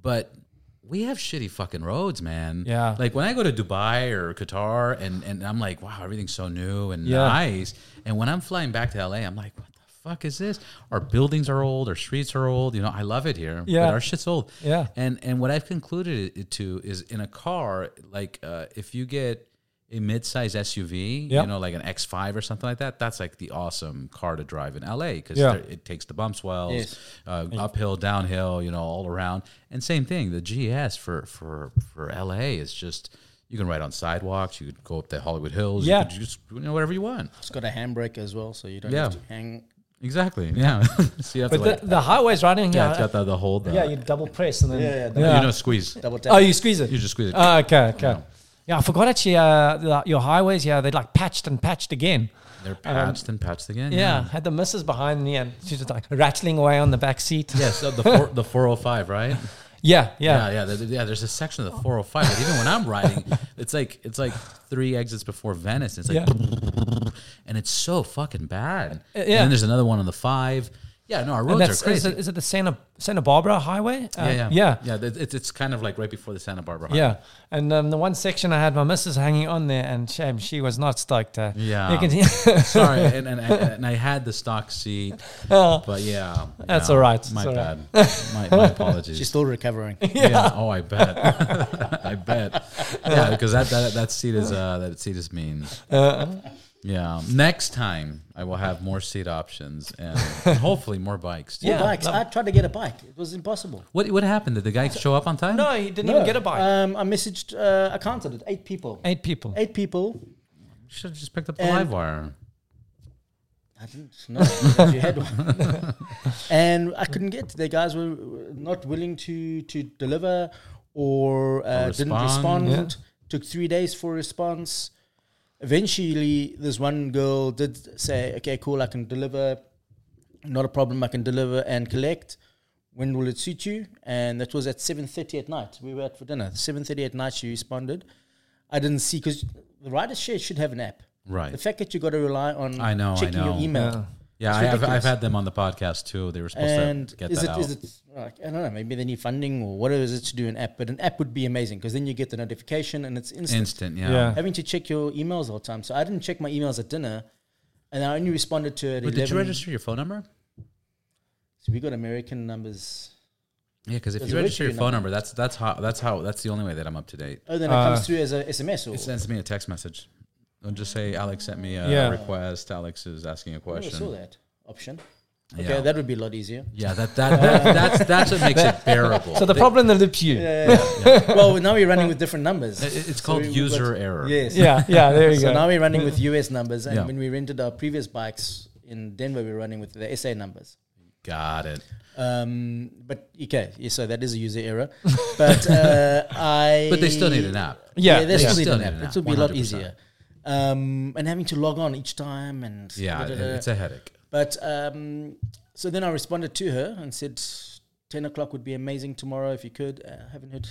but we have shitty fucking roads, man.
Yeah.
Like when I go to Dubai or Qatar and, and I'm like, wow, everything's so new and
Yeah.
nice. And when I'm flying back to LA, I'm like, what the fuck is this? Our buildings are old, our streets are old. You know, I love it here,
Yeah.
but our shit's old.
Yeah.
And and what I've concluded it to is in a car, like uh, if you get a mid-size SUV,
Yeah.
you know, like an X5 or something like that, that's like the awesome car to drive in LA because
Yeah.
it takes the bumps well,
Yes.
uh, uphill, downhill, you know, all around. And same thing, the GS for for for LA is just you can ride on sidewalks, you could go up the Hollywood Hills,
Yeah.
you could just you know whatever you want.
It's got a handbrake as well, so you don't
Yeah.
have to hang.
Exactly. Yeah. so you have
but
to like
the, the highways right in here.
yeah, it's got the, the hold.
Yeah, you double press and then
Yeah, yeah, double-
you know, squeeze.
Double tap.
Oh, you squeeze it.
You just squeeze it.
Oh, okay, okay. Yeah, I forgot actually. Uh, the, your highways, yeah, they like patched and patched again.
They're patched and patched again.
Uh, um, Yeah, had the missus behind me and she's just like rattling away on the back seat.
Yeah, so the four, the 405, right?
Yeah, yeah,
Yeah, yeah, there- yeah. There's a section of the 405. But even when I'm riding, it's like it's like three exits before Venice. It's like, and it's so fucking bad.
Uh,
And
yeah.
then there's another one on the five. Yeah, no, our
And
roads
that's
are
is
crazy.
it, is it the Santa Santa Barbara Highway? Uh,
yeah, yeah,
yeah,
yeah. th- It's it's kind of like right before the Santa Barbara. Highway.
Yeah, and um, the one section I had my missus hanging on there, and shame she was not stoked. Uh,
Yeah.
you can see-
Sorry, and and, and and I had the stock seat, but yeah,
That's
yeah,
all right,
My
it's all
bad. My, my apologies.
She's still recovering.
Yeah. Oh, I bet. I bet. Yeah, because that, that that seat is uh that seat is mean.
Uh-huh.
yeah. Next time I will have more seat options and hopefully more bikes. Too.
More bikes. I tried to get a bike. It was impossible.
What what happened? Did the guy show up on time?
no, he didn't even get a bike.
Um, I messaged. Uh, I counted it. Eight people.
Eight people.
Eight people.
Should have just picked up the
And-
live wire.
I didn't know that you had one. and I couldn't get. The guys were were not willing to to deliver or uh, didn't
respond.
respond.
Yeah.
Took three days for a response. Eventually, this one girl did say, "Okay, cool, I can deliver. Not a problem. I can deliver and collect. When will it suit you?" And that was at seven thirty at night. We were out for dinner. Seven thirty at night, she responded. I didn't see because the rider share should have an app. The
Right.
fact that you got to rely on
I know, I
checking
know.
your email.
Yeah.
Yeah, I
It's
have, I've
ridiculous.
had them on the podcast too. They were supposed to
And
get
is
that
it
out.
is it like, I don't know, maybe they need funding or whatever it is to do an app, but an app would be amazing because then you get the notification and it's instant.
Instant. Yeah.
Yeah.
Having to check your emails all the time. So I didn't check my emails at dinner and I only responded to it at
But
11.
did you register your phone number?
So we got American numbers.
Yeah, because if
Does
you
it
register
register
your
your
phone number, that's that's how that's how that's the only way that I'm up to date.
Oh, then it
Uh,
comes through as a SMS or
It sends me a text message. I'll just say Alex sent me a
Yeah.
request. Alex is asking a
I never Oh, saw
question.
that option. Okay,
Yeah.
that would be a lot easier.
Yeah, that, that, that that's that's what makes it bearable.
so the problem that lips you. Yeah,
well, now we're running with different numbers.
It- it's
So
called
we- we've
user
got-
error.
Yes.
yeah, there you
So
go.
now we're running with US numbers, and
Yeah.
when we rented our previous bikes in Denver, we were running with the SA numbers.
Got it.
Um, but okay, yeah, so that is a user error. But uh, I.
But they still need an app.
Yeah,
Yeah, they
yeah.
still need
Still
an
need
app.
an app,
It would be a lot
100%.
easier. Um, and having to log on each time and
Yeah, it-
da-da-da.
it's a headache.
But um, so then I responded to her and said, 10 o'clock would be amazing tomorrow if you could. Uh, I haven't heard.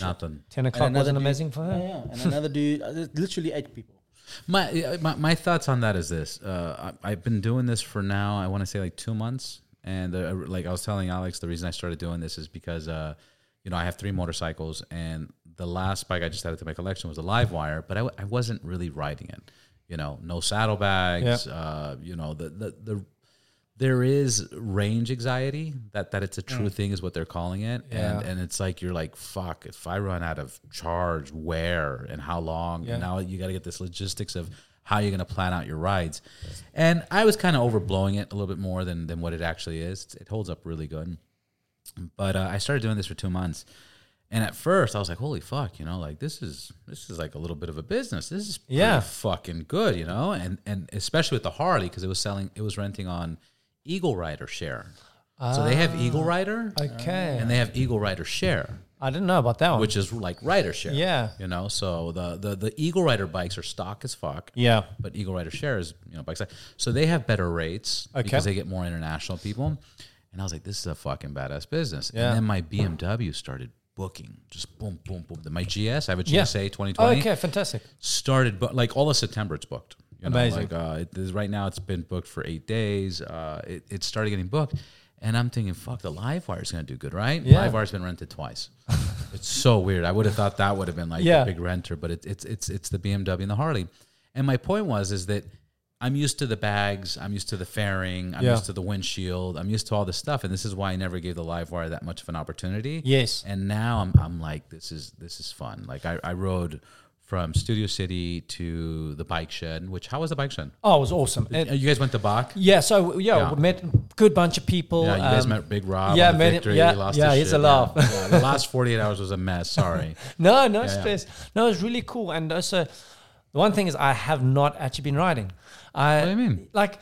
Nothing.
Ten
And
o'clock
another
wasn't
dude-
amazing for her.
Yeah, yeah. And another dude, uh, literally eight people.
My, uh, my my thoughts on that is this. Uh, I, I've been doing this for now. I want to say like two months, and uh, like I was telling Alex, the reason I started doing this is because uh, you know, I have three motorcycles, and the last bike I just added to my collection was a live wire, but I, w- I wasn't really riding it. You know, no saddlebags. Uh, you know, the, the the there is range anxiety that that it's a true thing is what they're calling it, and and it's like you're like fuck if I run out of charge, where and how long, and now you got to get this logistics of how you're going to plan out your rides, and I was kind of overblowing it a little bit more than than what it actually is. It holds up really good but uh, I started doing this for two months. And at first, I was like, "Holy fuck!" You know, like this is this is like a little bit of a business. This is pretty
Yeah.
fucking good, you know, and and especially with the Harley because it was selling, it was renting on Eagle Rider Share. so they
Ah.
have Eagle Rider,
Oh, Okay.
and they have Eagle Rider Share,
I didn't know about that one.
which is like rider share.
Yeah.
you know, so the the the Eagle Rider bikes are stock as fuck
yeah.
but Eagle Rider Share is you know bike side. So they have better rates
Okay.
because they get more international people. And I was like, this is a fucking badass business.
Yeah.
And then my BMW started booking, just boom, boom, boom. Then My GS, I have a GSA
Yeah.
2020,
Oh, okay, fantastic.
started, but like all of September, it's booked. You know,
Amazing.
Like uh, it is, right now, it's been booked for eight days. Uh, it, it started getting booked. And I'm thinking, fuck, the live wire is going to do good, right?
Yeah.
Live wire's been rented twice. it's so weird. I would have thought that would have been like
Yeah.
a big renter, but it, it's it's it's the BMW and the Harley. And my point was is that I'm used to the bags, I'm used to the fairing, I'm
Yeah.
used to the windshield, I'm used to all this stuff, and this is why I never gave the live wire that much of an opportunity.
Yes.
And now I'm I'm like this is this is fun. Like I, I rode from Studio City to the bike shed, which how was the bike shed? Uh,
Oh, it was awesome. And-
you guys went to Bach?
yeah, so yeah,
Yeah.
we met good bunch of people.
Yeah, you guys
um,
met Big Rob.
yeah,
on the
met him-
victory.
yeah,
he lost
yeah,
his
he's
shit,
a laugh.
Yeah. Yeah, the last 48 hours was a mess. Sorry.
No, no
yeah.
stress. No, it's really cool. And also, the one thing is, I have not actually been riding. I,
What do you mean?
Like,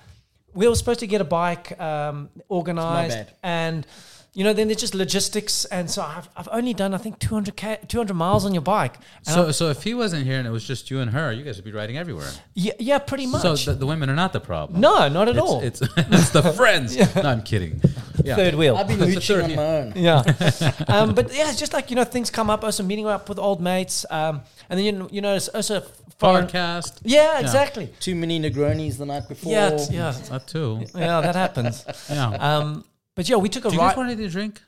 we were supposed to get a bike um, organized,
bad.
and you know, then there's just logistics. And so I've, I've only done I think 200 k 200 miles on your bike. And
So, so if he wasn't here and it was just you and her, you guys would be riding everywhere.
yeah, yeah, pretty much.
So the, the women are not the problem.
no, not at all.
It's, it's, it's the friends. No, I'm kidding. Yeah.
Third wheel.
I've been
That's the
mooching
third year.
on my own.
Yeah, um, but yeah, it's just like you know, things come up. Also, meeting up with old mates, um, and then you, you know, it's also foreign.
podcast.
Yeah, exactly.
Too many Negronis the night before.
Yeah, it's- yeah,
That too.
yeah, that happens.
Yeah.
Um, but yeah, we took a
Do you guys
ride.
want anything to drink?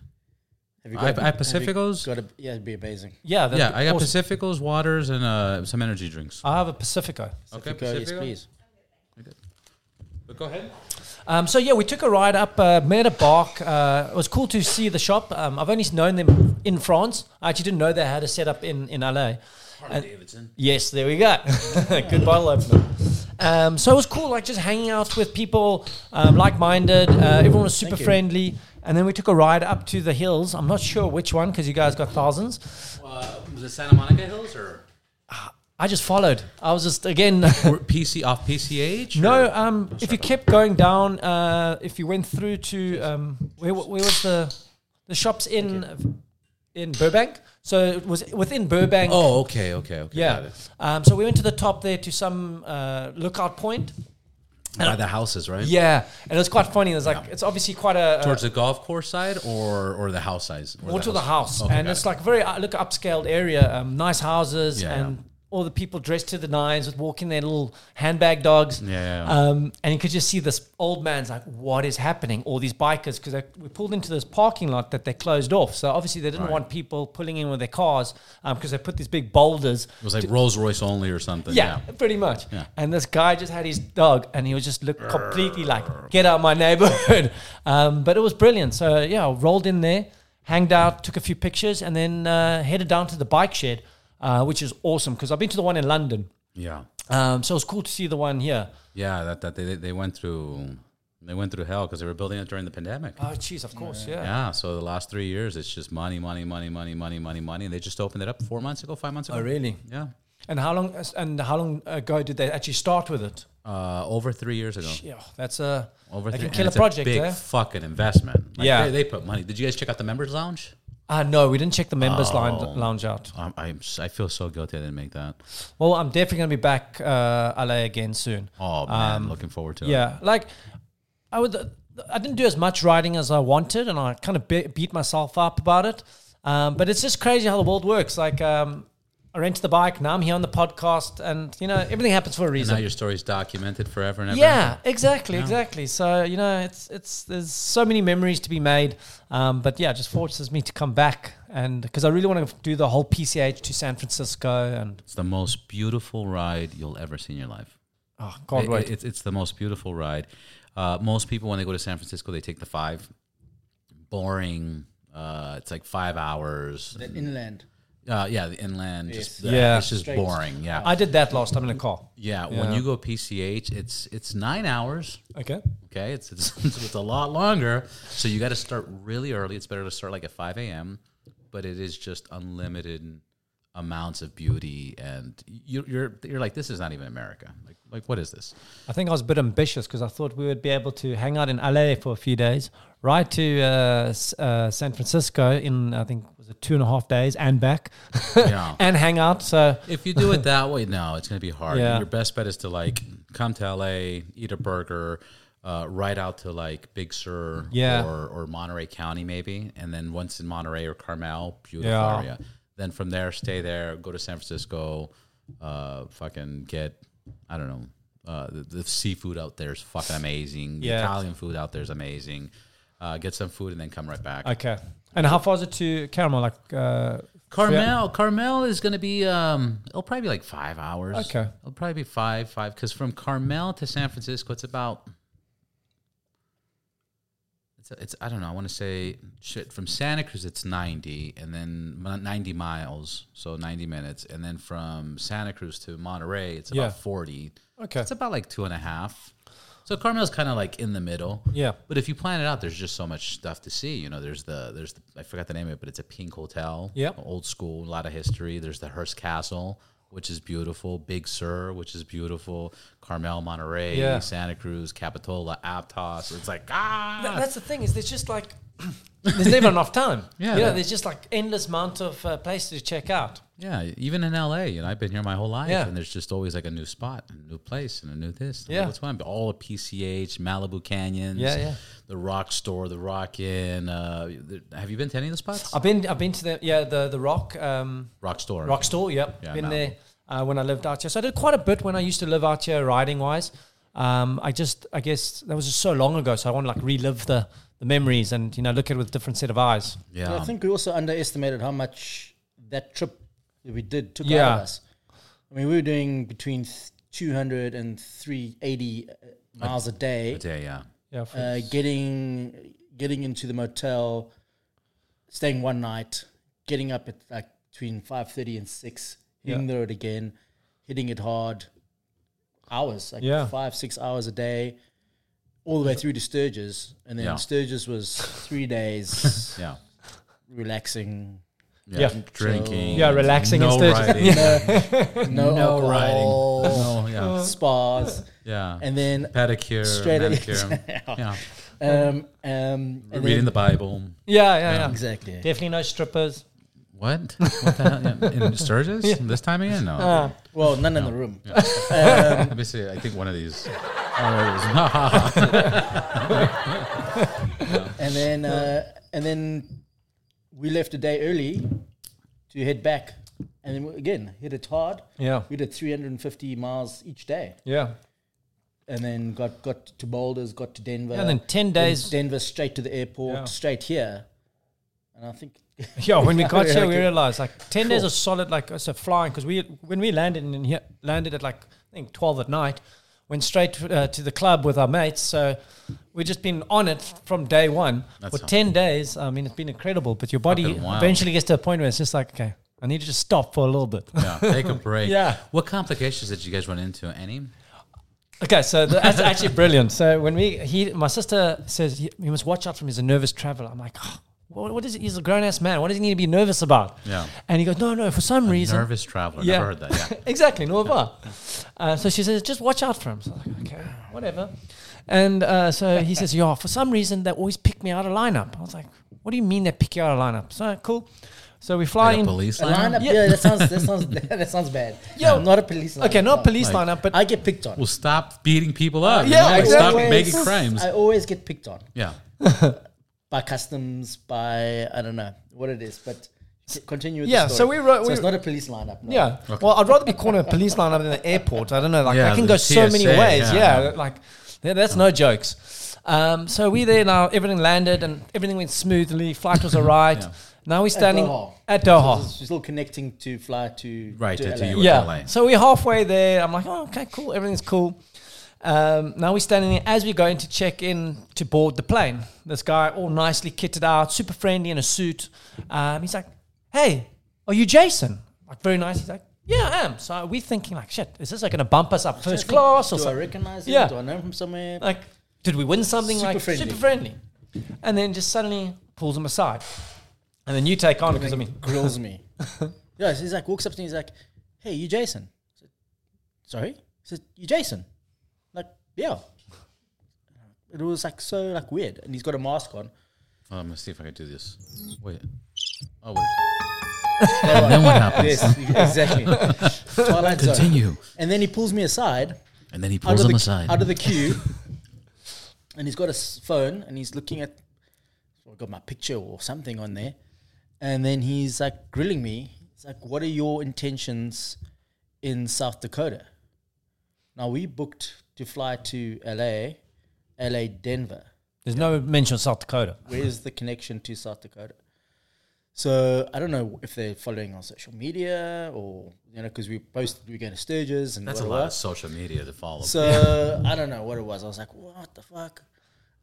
Have you
I- I
have you
Pacificos?
Got a, yeah, it'd be amazing.
yeah, that'd
Yeah,
be
I got
awesome.
Pacificos, waters, and uh, some energy drinks.
I have a Pacifico.
Okay,
Go, yes,
Pacifico?
please.
But go ahead.
Um, so yeah, we took a ride up, uh, met a bark. Uh, it was cool to see the shop. Um, I've only known them in France. I actually didn't know they had a setup in in LA. And-
Davidson.
Yes, there we go. Good bottle opener. Um, so it was cool, like just hanging out with people, um, like-minded. Uh, everyone was super
Thank you.
friendly, and then we took a ride up to the hills. I'm not sure which one because you guys got thousands.
Uh, was it Santa Monica Hills or
I just followed. I was just again.
Or PC off PCH?
No,
or-
um, if you kept going down, uh, if you went through to um, where, where was the the shops in in Burbank? So it was within Burbank.
Oh, okay, okay, okay. got
yeah.
it.
Um, so we went to the top there to some uh, lookout point.
By the houses, right?
Yeah, and it's quite funny. It's like it's obviously quite a, a
Towards the golf course side or or the house side? Or
more to the house,
Okay,
and
got
it's
it.
like very uh, look upscaled area, um, nice houses,
Yeah,
and
yeah.
all the people dressed to the nines with walking their little handbag dogs.
Yeah, yeah, yeah.
Um, and you could just see this old man's like, what is happening? All these bikers because we pulled into this parking lot that they closed off, so obviously they didn't
Right.
want people pulling in with their cars because they put these big boulders.
It was like Rolls Royce only or something.
Yeah,
Yeah.
pretty much.
Yeah.
And this guy just had his dog, and he was just looked completely like, "Get out of my neighborhood." Um, but it was brilliant. So yeah, I rolled in there, hanged out, took a few pictures, and then uh, headed down to the bike shed, uh, which is awesome because I've been to the one in London.
Yeah.
Um, so it was cool to see the one here.
Yeah, that, that they, they went through they went through hell because they were building it during the pandemic.
Oh, jeez, of course, yeah.
Yeah, so the last three years, it's just money, money, money, money, money, money, money, and they just opened it up four months ago, five months ago.
Oh, really?
Yeah,
And how long? uh, And how long ago did they actually start with it?
uh, over three years ago.
Yeah, that's a
Over
they
three.
can
and
kill a
it's
project.
big
eh?
fucking investment. Like,
Yeah.
they, they put money. Did you guys check out the members lounge?
Ah, no, we didn't check the members lounge, lounge out.
Um, I'm, s- I feel so guilty I didn't make that.
Well, I'm definitely going to be back uh, LA again soon.
Oh man, looking forward to it.
Um, Yeah, like I would. I didn't do as much riding as I wanted, and I kind of be- beat myself up about it. Um, but it's just crazy how the world works. Like um, I rented the bike. Now I'm here on the podcast, and you know everything happens for a
And now
reason.
your story's documented forever and ever.
Yeah, exactly,
Yeah.
exactly. So you know, it's it's there's so many memories to be made, um, but yeah, it just forces me to come back and because I really want to do the whole PCH to San Francisco and
It's the most beautiful ride you'll ever see in your life.
oh, can't
It-
wait.
it's, it's the most beautiful ride. Uh, most people, when they go to San Francisco, they take the five. Boring. Uh, it's like five hours.
The inland.
Uh, yeah, the inland. Just,
Yes. Yeah.
It's just
Straight.
boring. Yeah.
I did that last time in a car.
yeah. When
Yeah.
you go PCH, it's it's nine hours.
Okay.
Okay, it's it's, it's a lot longer, so you got to start really early. It's better to start like at five a.m., but it is just unlimited amounts of beauty, and you, you're you're like, this is not even America. Like, like what is this?
I think I was a bit ambitious because I thought we would be able to hang out in LA for a few days, right to uh, S- uh, San Francisco in I think was it two and a half days and back,
Yeah.
and hang out. So
If you do it that way, no, it's going to be hard.
Yeah.
Your best bet is to like come to LA, eat a burger, uh, ride out to like Big Sur
Yeah.
or, or Monterey County, maybe. And then once in Monterey or Carmel, beautiful
Yeah.
area. Then from there, stay there, go to San Francisco, uh, fucking get, I don't know, uh, the, the seafood out there is fucking amazing. The
Yeah.
Italian food out there is amazing. Uh, get some food and then come right back.
okay. And how far is it to Caramel? Like uh,
Carmel, Carmel is going to be. Um, it'll probably be like five hours.
Okay.
it'll probably be five, five. Because from Carmel to San Francisco, it's about. It's, it's I don't know. I want to say shit from Santa Cruz. It's ninety, and then mon- ninety miles, so ninety minutes, and then from Santa Cruz to Monterey, it's about
Yeah.
forty.
Okay.
it's about like two and a half. So Carmel's kind of like in the middle.
Yeah.
But if you plan it out, there's just so much stuff to see. You know, there's the there's the, I forgot the name of it, but it's a pink hotel.
Yep.
Old school, a lot of history. There's the Hearst Castle, which is beautiful. Big Sur, which is beautiful. Carmel, Monterey,
Yeah.
Santa Cruz, Capitola, Aptos. It's like ah.
Th- that's the thing is there's just like there's never enough time.
Yeah.
you know, there's just like endless amount of uh, places to check out.
yeah, even in LA, you know, I've been here my whole life,
Yeah.
and there's just always like a new spot, and a new place, and a new this.
Yeah.
what's one? All of PCH, Malibu Canyons,
Yeah, yeah.
the Rock Store, the Rock Inn. Uh, th- have you been to any of the spots?
I've been I've been to the yeah the the Rock um,
Rock Store,
Rock Store. Yep,
Yeah,
been
no.
there uh, when I lived out here. So I did quite a bit when I used to live out here riding wise. Um, I just I guess that was just so long ago. So I want to like relive the the memories and you know look at it with a different set of eyes.
Yeah,
I think we also underestimated how much that trip that we did took out
Yeah.
of us. I mean, we were doing between th- 200 and 380 miles a day,
a day, yeah.
Yeah, for-
uh, getting getting into the motel, staying one night, getting up at like between 5:30 and 6, hitting the road again, hitting it hard, hours like
Yeah.
five six hours a day. All the way through to Sturgis, and then
Yeah.
Sturgis was three days
Yeah.
relaxing,
Yeah.
drinking.
Yeah, relaxing
No
instead.
riding.
no,
No riding.
alcohol,
No, Oh, yeah,
spas,
yeah.
and then
pedicure,
Straight-
manicure. yeah,
um um and
reading
then-
the Bible.
yeah, yeah, yeah.
exactly.
Definitely no strippers.
What? what the hell? Yeah. In Sturgis this time of year? No.
Well, none in the room.
Let me see. I think one of these. Oh, there it is.
And then uh, and then we left a day early to head back, and then we- again hit it hard.
Yeah,
We did 350 miles each day,
yeah.
and then got got to Boulders, got to Denver,
And then ten days.
Denver straight to the airport,
Yeah.
straight here, and I think
Yeah, when we got
Yeah,
here, we
okay.
realized like ten days of solid, like us are flying because we when we landed in here landed at like I think twelve at night, went straight uh, to the club with our mates. So we just been on it from day one
That's
for ten days. I mean, it's been incredible, but your body
Fucking wild.
eventually gets to a point where it's just like, okay, I need to just stop for a little bit.
Yeah, take a break.
Yeah.
What complications did you guys run into? Any?
Okay, so the, that's actually brilliant. So when we, he, my sister says he, he must watch out for him. He's a nervous traveler. I'm like, "Oh, what, what is it? He's a grown ass man. What does he need to be nervous about?
Yeah.
And he goes, no, no. For some reason,
Nervous traveler.
Yeah.
Never heard that. Yeah.
exactly, nor have I. Uh, so she says, just watch out for him. So I'm like, okay, whatever. And uh, so he says, yeah, for some reason, they always pick me out of lineup. I was like, what do you mean they pick you out of lineup? So cool. So we fly
Like a
in.
police
a
line.
lineup.
Yeah.
Yeah, that sounds that sounds that sounds bad.
Yo.
not a police.
Okay,
lineup,
not
no.
police
Like-
lineup, but
I get picked on.
Well, stop beating people up. you
yeah,
know, like,
exactly.
Stop making crimes.
I always get picked on
yeah.
by customs, by I don't know what it is, but S- Continue. With
Yeah,
The
so
story.
we wrote-
So
we-
it's not a police lineup. No.
Yeah. Well, I'd rather be caught in a police lineup than an airport. I don't know. Like,
Yeah,
I can
the
go so many
TSA,
ways.
yeah.
Yeah. Like, yeah, that's no jokes. Um, so we there now. Everything landed and everything went smoothly. Flight was all right.
Yeah.
Now we're standing
Doha.
at
So
Doha.
it's still connecting to fly to
Right, to- to
LA.
you. with
yeah.
LA.
So we're halfway there. I'm like, oh, okay, cool. Everything's cool. Um, now we're standing there as we're going to check in to board the plane. This guy, all nicely kitted out, super friendly in a suit. Um, he's like, hey, are you Jason? Like, very nice. He's like, yeah, I am. So we're thinking, like, shit, is this like going to bump us up
So I
first
think,
class or
Do I
something?
recognize
Yeah.
him? Do I know him from somewhere?
Like, did we win something
Super
like
friendly.
super friendly? And then just suddenly pulls him aside. And then you take on because I mean,
grills me. yeah, so he's like walks up to me. He's like, "Hey, you Jason?" I said, Sorry, he says you Jason. Like, yeah. It was like so like weird, and he's got a mask on.
Oh, I'm gonna see if I can do this. Wait. Oh, wait. and then what happens?
Yes, exactly. Twilight Zone.
Continue.
And then he pulls me aside
And then he
out
pulls
of,
him
the,
aside.
out of the queue, and he's got his phone and he's looking at. I've got my picture or something on there, and then he's like grilling me. He's like, "What are your intentions in South Dakota?" Now we booked to fly to LA, LA Denver.
there's no mention of South Dakota.
Where's the connection to South Dakota? So I don't know if they're following on social media or you know because we posted we go to Sturgis and
That's a
whatever.
lot of social media to follow.
So I don't know what it was. I was like, what the fuck?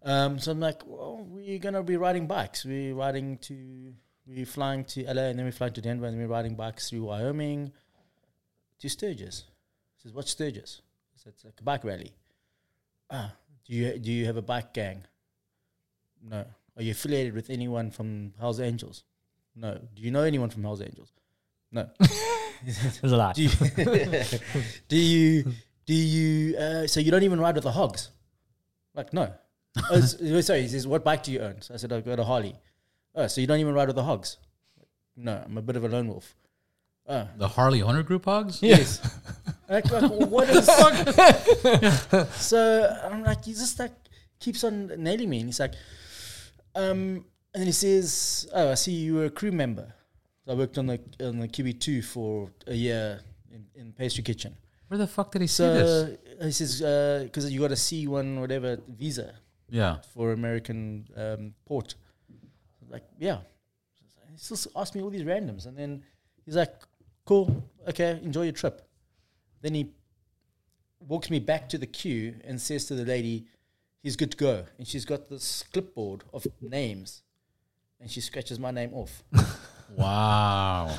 Um, so I'm like, well, we're gonna be riding bikes. We're riding to, we're flying to LA, and then we fly to Denver, and then we're riding bikes through Wyoming to Sturgis. He says, what's Sturgis? I said, it's like a bike rally. Ah, do you do you have a bike gang? No. Are you affiliated with anyone from Hell's Angels? No. Do you know anyone from Hell's Angels? No.
There's a lot.
Do you, do you, do you, uh, so you don't even ride with the hogs? Like, no. oh, s- oh, sorry, he says, what bike do you own? So I said, I've got a Harley. Oh, so you don't even ride with the hogs? No, I'm a bit of a lone wolf. Oh,
the Harley Hunter Group hogs?
yes. like, like, what is, so I'm like, he just like keeps on nailing me. And he's like, um, and then he says, oh, I see you were a crew member. So I worked on the, on the QB2 for a year in, in pastry kitchen.
Where the fuck did he see this?
So he says because uh, you got a C one whatever visa
Yeah.
for American um, port. Like yeah, he still s- asked me all these randoms, and then he's like, "Cool, okay, enjoy your trip." Then he walks me back to the queue and says to the lady, "He's good to go," and she's got this clipboard of names, and she scratches my name off.
Wow.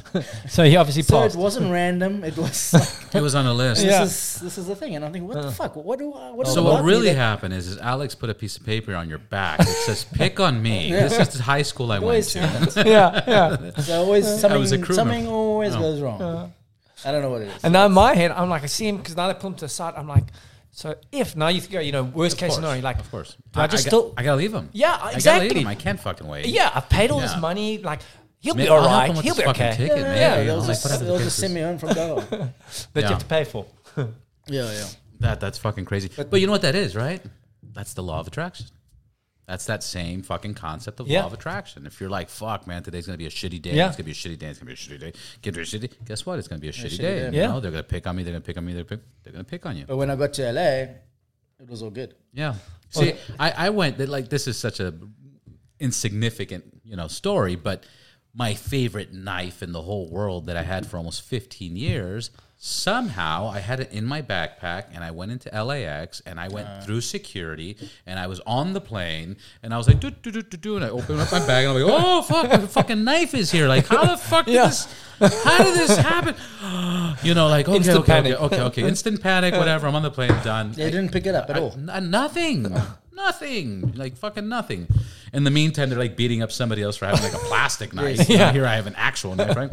So he obviously
So it
passed.
wasn't random; it was like,
it was on a list.
Yeah.
this is this is the thing, and I'm thinking, "What the fuck? What do I?" What
Uh. So
do I
what really happened
happened?
is, is Alex put a piece of paper on your back that says "Pick on me." This is the high school I went
Always
to.
happens.
yeah, yeah.
So always something,
was a crew
something
member. Oh.
always
No.
goes wrong. I don't know what it is.
And now in my head, I'm like, I see him because now they pull him to the side. I'm like, so if now you go, you know, worst case
course,
scenario, like,
of course,
do I just
got-
still-
I gotta leave him.
Yeah,
I gotta
exactly.
leave him. I can't fucking wait.
yeah, I've paid all
Yeah.
this money, like, he'll
Man,
be all
I'll help him
right,
with
he'll
this
be
fucking
okay.
Ticket,
yeah,
maybe.
yeah,
I'll
they'll
just
just,
put up the
they'll
pictures.
just send me home from Doha.
That you
Yeah.
have to pay for.
yeah, yeah.
That that's fucking crazy. But, you know what that is, right? That's the law of attraction. That's that same fucking concept of
Yeah.
law of attraction. If you're like, fuck, man, today's gonna be a shitty day.
Yeah.
It's gonna be a shitty day. It's gonna be a shitty day. Get a shitty. Guess what? It's gonna be a shitty,
shitty
day.
day.
You
Yeah.
know, they're gonna pick on me. They're gonna pick on me. They're gonna pick, they're gonna pick on you.
But when I got to LA, it was all good.
Yeah. See, I, I went that like this is such a insignificant, you know, story, but my favorite knife in the whole world that I had for almost 15 years, somehow I had it in my backpack and I went into LAX and I went
Uh.
through security and I was on the plane and I was like, do, do, do, do, do, and I opened up my bag and I'm like, oh, fuck, the fucking knife is here. Like, how the fuck did
Yeah.
this, how did this happen? You know, like, okay,
Instant
okay,
panic.
okay, okay, okay, instant panic, whatever. I'm on the plane, done.
They
I-
didn't pick it up at
I-
all.
Uh, n- nothing. nothing. Like fucking nothing. In the meantime, they're like beating up somebody else for having like a plastic knife. You know, here I have an actual knife, right?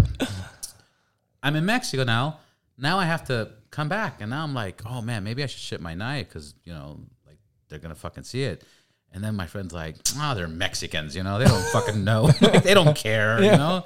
I'm in Mexico now. Now I have to come back. And now I'm like, oh man, maybe I should ship my knife because, you know, like they're going to fucking see it. And then my friend's like, ah, they're Mexicans, you know, they don't fucking know. like, they don't care, you know?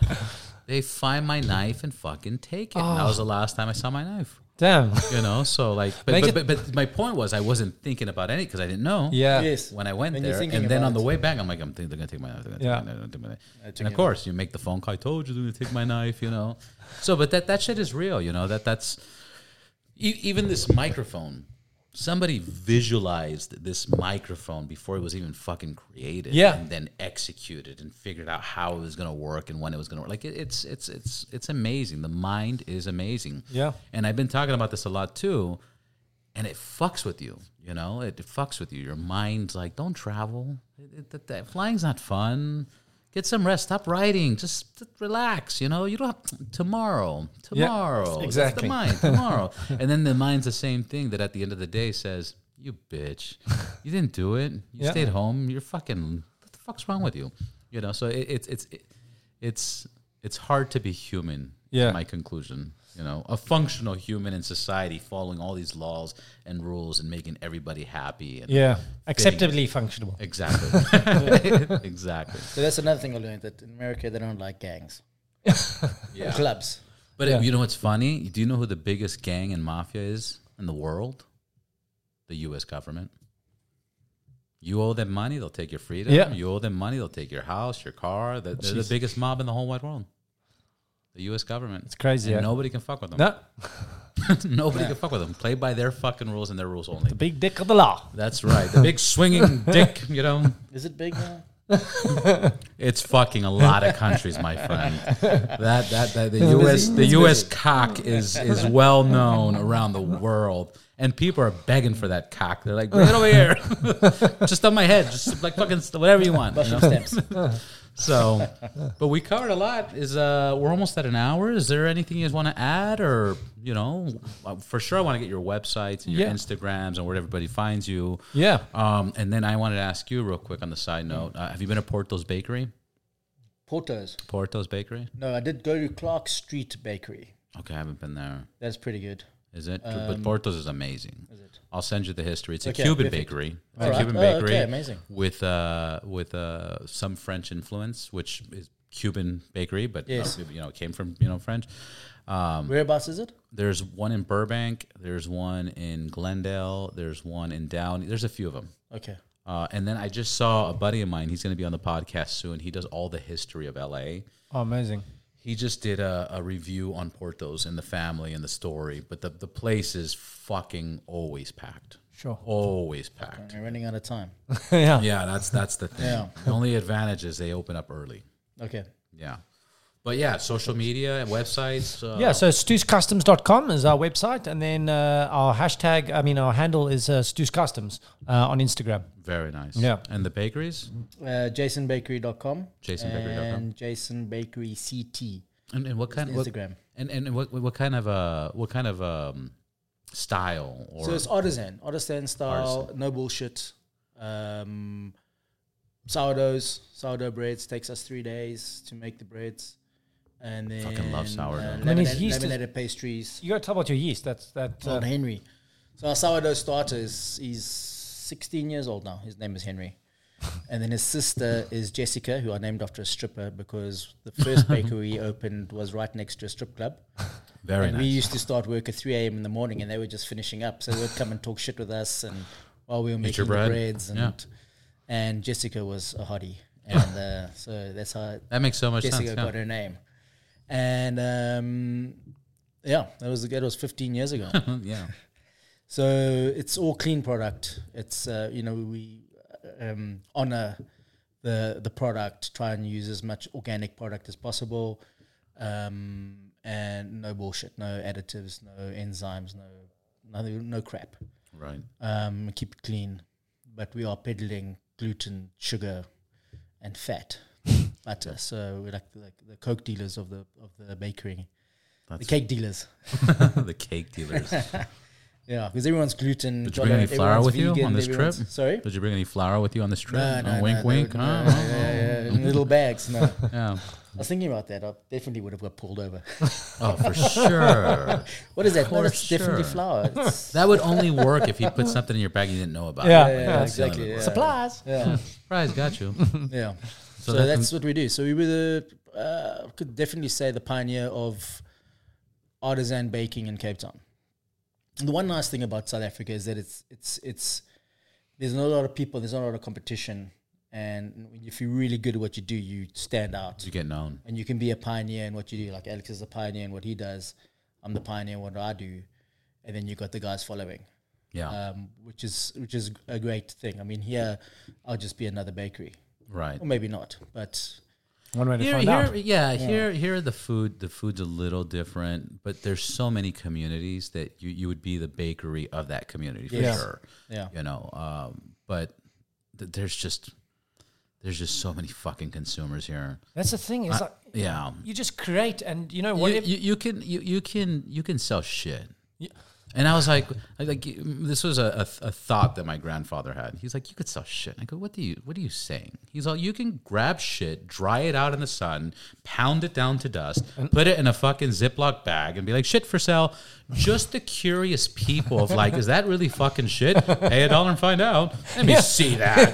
They find my knife and fucking take it. And that was the last time I saw my knife.
Damn.
You know, so like, but
Make
but, but, but my point was I wasn't thinking about any because I didn't know.
Yeah.
Yes.
When I went
And you're
there,
thinking
and then
about
on the
it.
way back, I'm like, I'm thinking they're gonna take my knife. They're gonna
Yeah.
take my knife. They're gonna take my knife.
took
And of
it.
course, you make the phone call. I told you they're gonna take my knife. You know, so but that that shit is real. You know that that's e- even this microphone. Somebody visualized this microphone before it was even fucking created,
Yeah.
and then executed and figured out how it was going to work and when it was going to work. Like it, it's it's it's it's amazing. The mind is amazing.
Yeah.
and I've been talking about this a lot too and it fucks with you. You know, it, fucks with you. Your mind's like, don't travel. It, it, that, that- flying's not fun. Get some rest. Stop writing. Just, t- relax. You know, you don't have tomorrow.
Yeah,
Tomorrow. That's
exactly.
the mind. Tomorrow. and then the mind's the same thing that at the end of the day says, you bitch. You didn't do it. You
Yeah.
stayed home. You're fucking. What the fuck's wrong with you? You know. So it, it's it's it, it's it's hard to be human. is
Yeah.
My conclusion. You know, a functional human in society, following all these laws and rules and making everybody happy. And
Yeah.
Acceptably
functional.
Exactly. exactly.
So that's another thing I learned that in America they don't like gangs, or
Yeah.
clubs.
But
Yeah.
you know what's funny? Do you know who the biggest gang and mafia is in the world? The U.S. government. You owe them money, they'll take your freedom.
Yeah.
You owe them money, they'll take your house, your car. They're, they're the
Jeez.
biggest mob in the whole wide world. The U.S. government.
It's crazy.
And
Yeah.
nobody can fuck with them.
No.
nobody can fuck with them. Play by their fucking rules and their rules only.
The big dick of the law.
That's right. The big swinging dick, you know.
Is it big now?
It's fucking a lot of countries, my friend. That that, that the U.S. the U.S. cock is is well known around the world, and people are begging for that cock. They're like, bring it over here, just on my head, just like fucking st- whatever you want. you know?
Stamps.
So, but we covered a lot. Is uh, we're almost at an hour. Is there anything you guys want to add, or you know, uh, for sure, I want to get your websites and your
Yeah.
Instagrams and where everybody finds you.
Yeah.
Um, and then I wanted to ask you real quick on the side note: uh, Have you been to Porto's Bakery?
Portos.
Porto's Bakery.
No, I did go to Clark Street Bakery.
Okay, I haven't been there.
That's pretty good.
Is it? but Porto's is amazing. Is it? I'll send you the history. It's
Um, Okay,
a Cuban
perfect.
bakery. It's a
Alright.
Cuban
Oh,
bakery.
okay, amazing.
With uh, with uh, some French influence, which is Cuban bakery, but uh,
Yes.
you know, it came from you know French. Um,
Whereabouts is it?
there's one in Burbank. There's one in Glendale. There's one in Downey. There's a few of them.
Okay.
Uh, and then I just saw a buddy of mine. He's going to be on the podcast soon. He does all the history of LA.
Oh, amazing.
He just did a, a review on Portos and the family and the story, but the, the place is fucking always packed.
Sure.
Always packed.
We're running out of time.
yeah.
Oh. Yeah, that's that's the thing.
Yeah.
The only advantage is they open up early.
Okay.
Yeah. But yeah, social media and websites. Uh,
Yeah, so stooscustoms.com is our website, and then uh, our hashtag, I mean, our handle is uh, stooscustoms uh, on Instagram.
Very nice.
Yeah.
And the bakeries?
Uh, JasonBakery.com.
JasonBakery.com.
And Jason Bakery CT.
And, and what kind of
Instagram.
and and what what kind of uh what kind of um style or
So it's artisan, artisan style,
Artisan.
no bullshit. Um, sourdoughs, sourdough breads takes us three days to make the breads, and then
Fucking love sourdough. I
Uh,
mean,
laminated,
yeast is-
laminated pastries.
You got to talk about your yeast. That's that.
Oh,
Old
Uh,
Henry. So our sourdough starter is he's 16 years old now. His name is Henry. And then his sister is Jessica, who I named after a stripper because the first bakery we opened was right next to a strip club.
very
and
nice.
we used to start work at 3 a.m. in the morning and they were just finishing up. So they would come and talk shit with us and while we were
Eat
making
your
the
bread.
breads. And,
Yeah.
and Jessica was a hottie. And uh, so that's how
that makes so much
Jessica
sense. yeah.
got her name. And um, yeah, that was, that was 15 years ago.
yeah.
So it's all clean product. It's uh, you know we um, honor the the product, try and use as much organic product as possible, um, and no bullshit, no additives, no enzymes, no nothing, no crap.
Right.
Um, keep it clean, but we are peddling gluten, sugar, and fat, butter. So we're like, like the coke dealers of the of the bakery, the
That's
cake dealers.
the cake dealers.
Yeah, because everyone's gluten.
Did you bring any
intolerant,
flour
everyone's
with you on this trip?
everyone's- Sorry.
Did you bring any flour with you on this trip?
No, no,
Uh,
no,
wink,
no,
wink.
no,
Oh,
no,
oh,
yeah, yeah, in little bags. No, I
yeah.
was thinking about that. I definitely would have got pulled over.
Oh, for sure.
What is that? No,
For
that's definitely
sure.
flour. It's,
That would only work if he put something in your bag you didn't know about.
Yeah.
yeah, yeah,
that's the only
exactly.
way.
Yeah.
Supplies.
Yeah,
Surprise, got you.
yeah. So,
that's-
that's what we do. So we were the uh, could definitely say the pioneer of artisan baking in Cape Town. The one nice thing about South Africa is that it's it's it's there's not a lot of people, there's not a lot of competition, and if you're really good at what you do, you stand out
You get known.
and you can be a pioneer in what you do. Like Alex is a pioneer in what he does. I'm the pioneer in what I do, and then you got the guys following,
Yeah.
um, which is which is a great thing. I mean, here I'll just be another bakery,
right.
or maybe not, but
One way to
Here,
find
here,
out.
yeah, here, here, the food, the food's a little different, but there's so many communities that you, you would be the bakery of that community for
Yes.
sure.
yeah,
You know, um, but th- there's just there's just so many fucking consumers here.
That's the thing. It's like
Yeah,
you just create, and you know
you,
what? if,
you, you can you, you can you can sell shit. And I was like, I like this was a, a, th- a thought that my grandfather had. He's like, you could sell shit. I go, what do you what are you saying? He's all, you can grab shit, dry it out in the sun, pound it down to dust, put it in a fucking Ziploc bag, and be like, shit for sale. Just the curious people of like, is that really fucking shit? Pay a dollar and find out. Let me see that.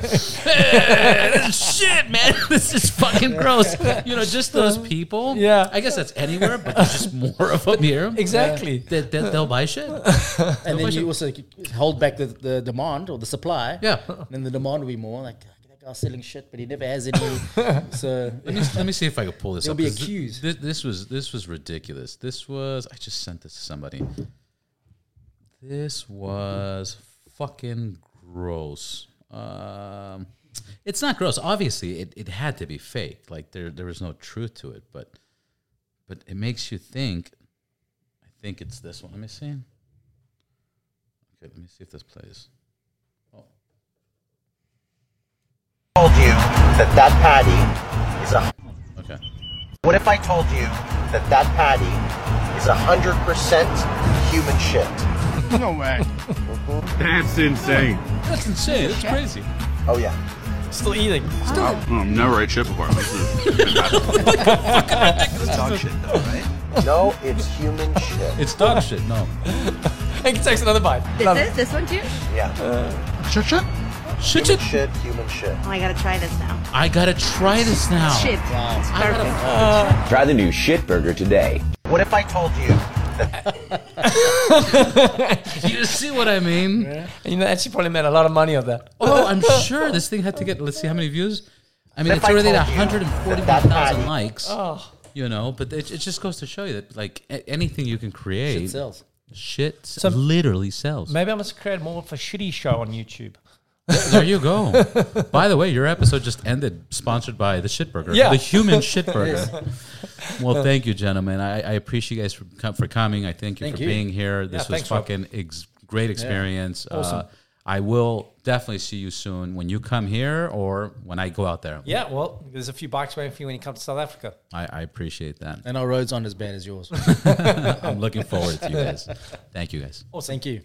Eh, shit, man, this is fucking gross. You know, just those people.
Yeah.
I guess that's anywhere, but there's just more of them here.
exactly.
That, that they'll buy shit.
and then
question.
you also c- hold back the, the demand or the supply.
Yeah.
then the demand will be more like that guy's selling shit, but he never has any. so
Let me, let me see if I can pull this
You'll
up.
be
'cause thi-
accused.
thi- this was this was ridiculous. This was I just sent this to somebody. This was fucking gross. Um, it's not gross. Obviously, it, it had to be fake. Like there there was no truth to it, but but it makes you think. I think it's this one. Let me see. Okay, let me see if this plays.
told you that that patty is a
Okay.
what if I told you that that patty is a hundred percent human shit?
No way. That's insane.
That's insane. That's crazy.
Oh yeah.
Still eating.
I'm never right chip before. This is-
No, it's human shit.
It's dog shit. No.
And he takes another bite.
This is this one too.
Yeah.
Uh, Shit, shit.
Human shit, human shit.
Oh, I gotta try this now.
I gotta try this now.
Shit, it's perfect.
Try the new shit burger today.
What if I told you
You see what I mean?
You know, actually probably made a lot of money on that.
Oh, I'm sure this thing had to get. Let's see how many views. I mean,
If
it's
I
already at
told you
141,000
that-
likes.
Oh.
Oh.
You know, but it, it just goes to show you that like a- anything you can create,
it sells.
shit s- literally sells.
Maybe I must create more of a shitty show on YouTube.
there you go. by the way, your episode just ended, sponsored by the Shitburger,
Yeah.
the human Shitburger. well, thank you, gentlemen. I, I appreciate you guys for, com- for coming. I thank you
Thank
for
you.
being here. This was
thanks, Rob.
fucking ex- great experience. Uh, I will definitely see you soon when you come here or when I go out there.
Yeah, well, there's a few bikes waiting for you when you come to South Africa.
I, I appreciate that.
And our roads aren't as bad as yours.
I'm looking forward to you guys. Thank you guys.
Thank you.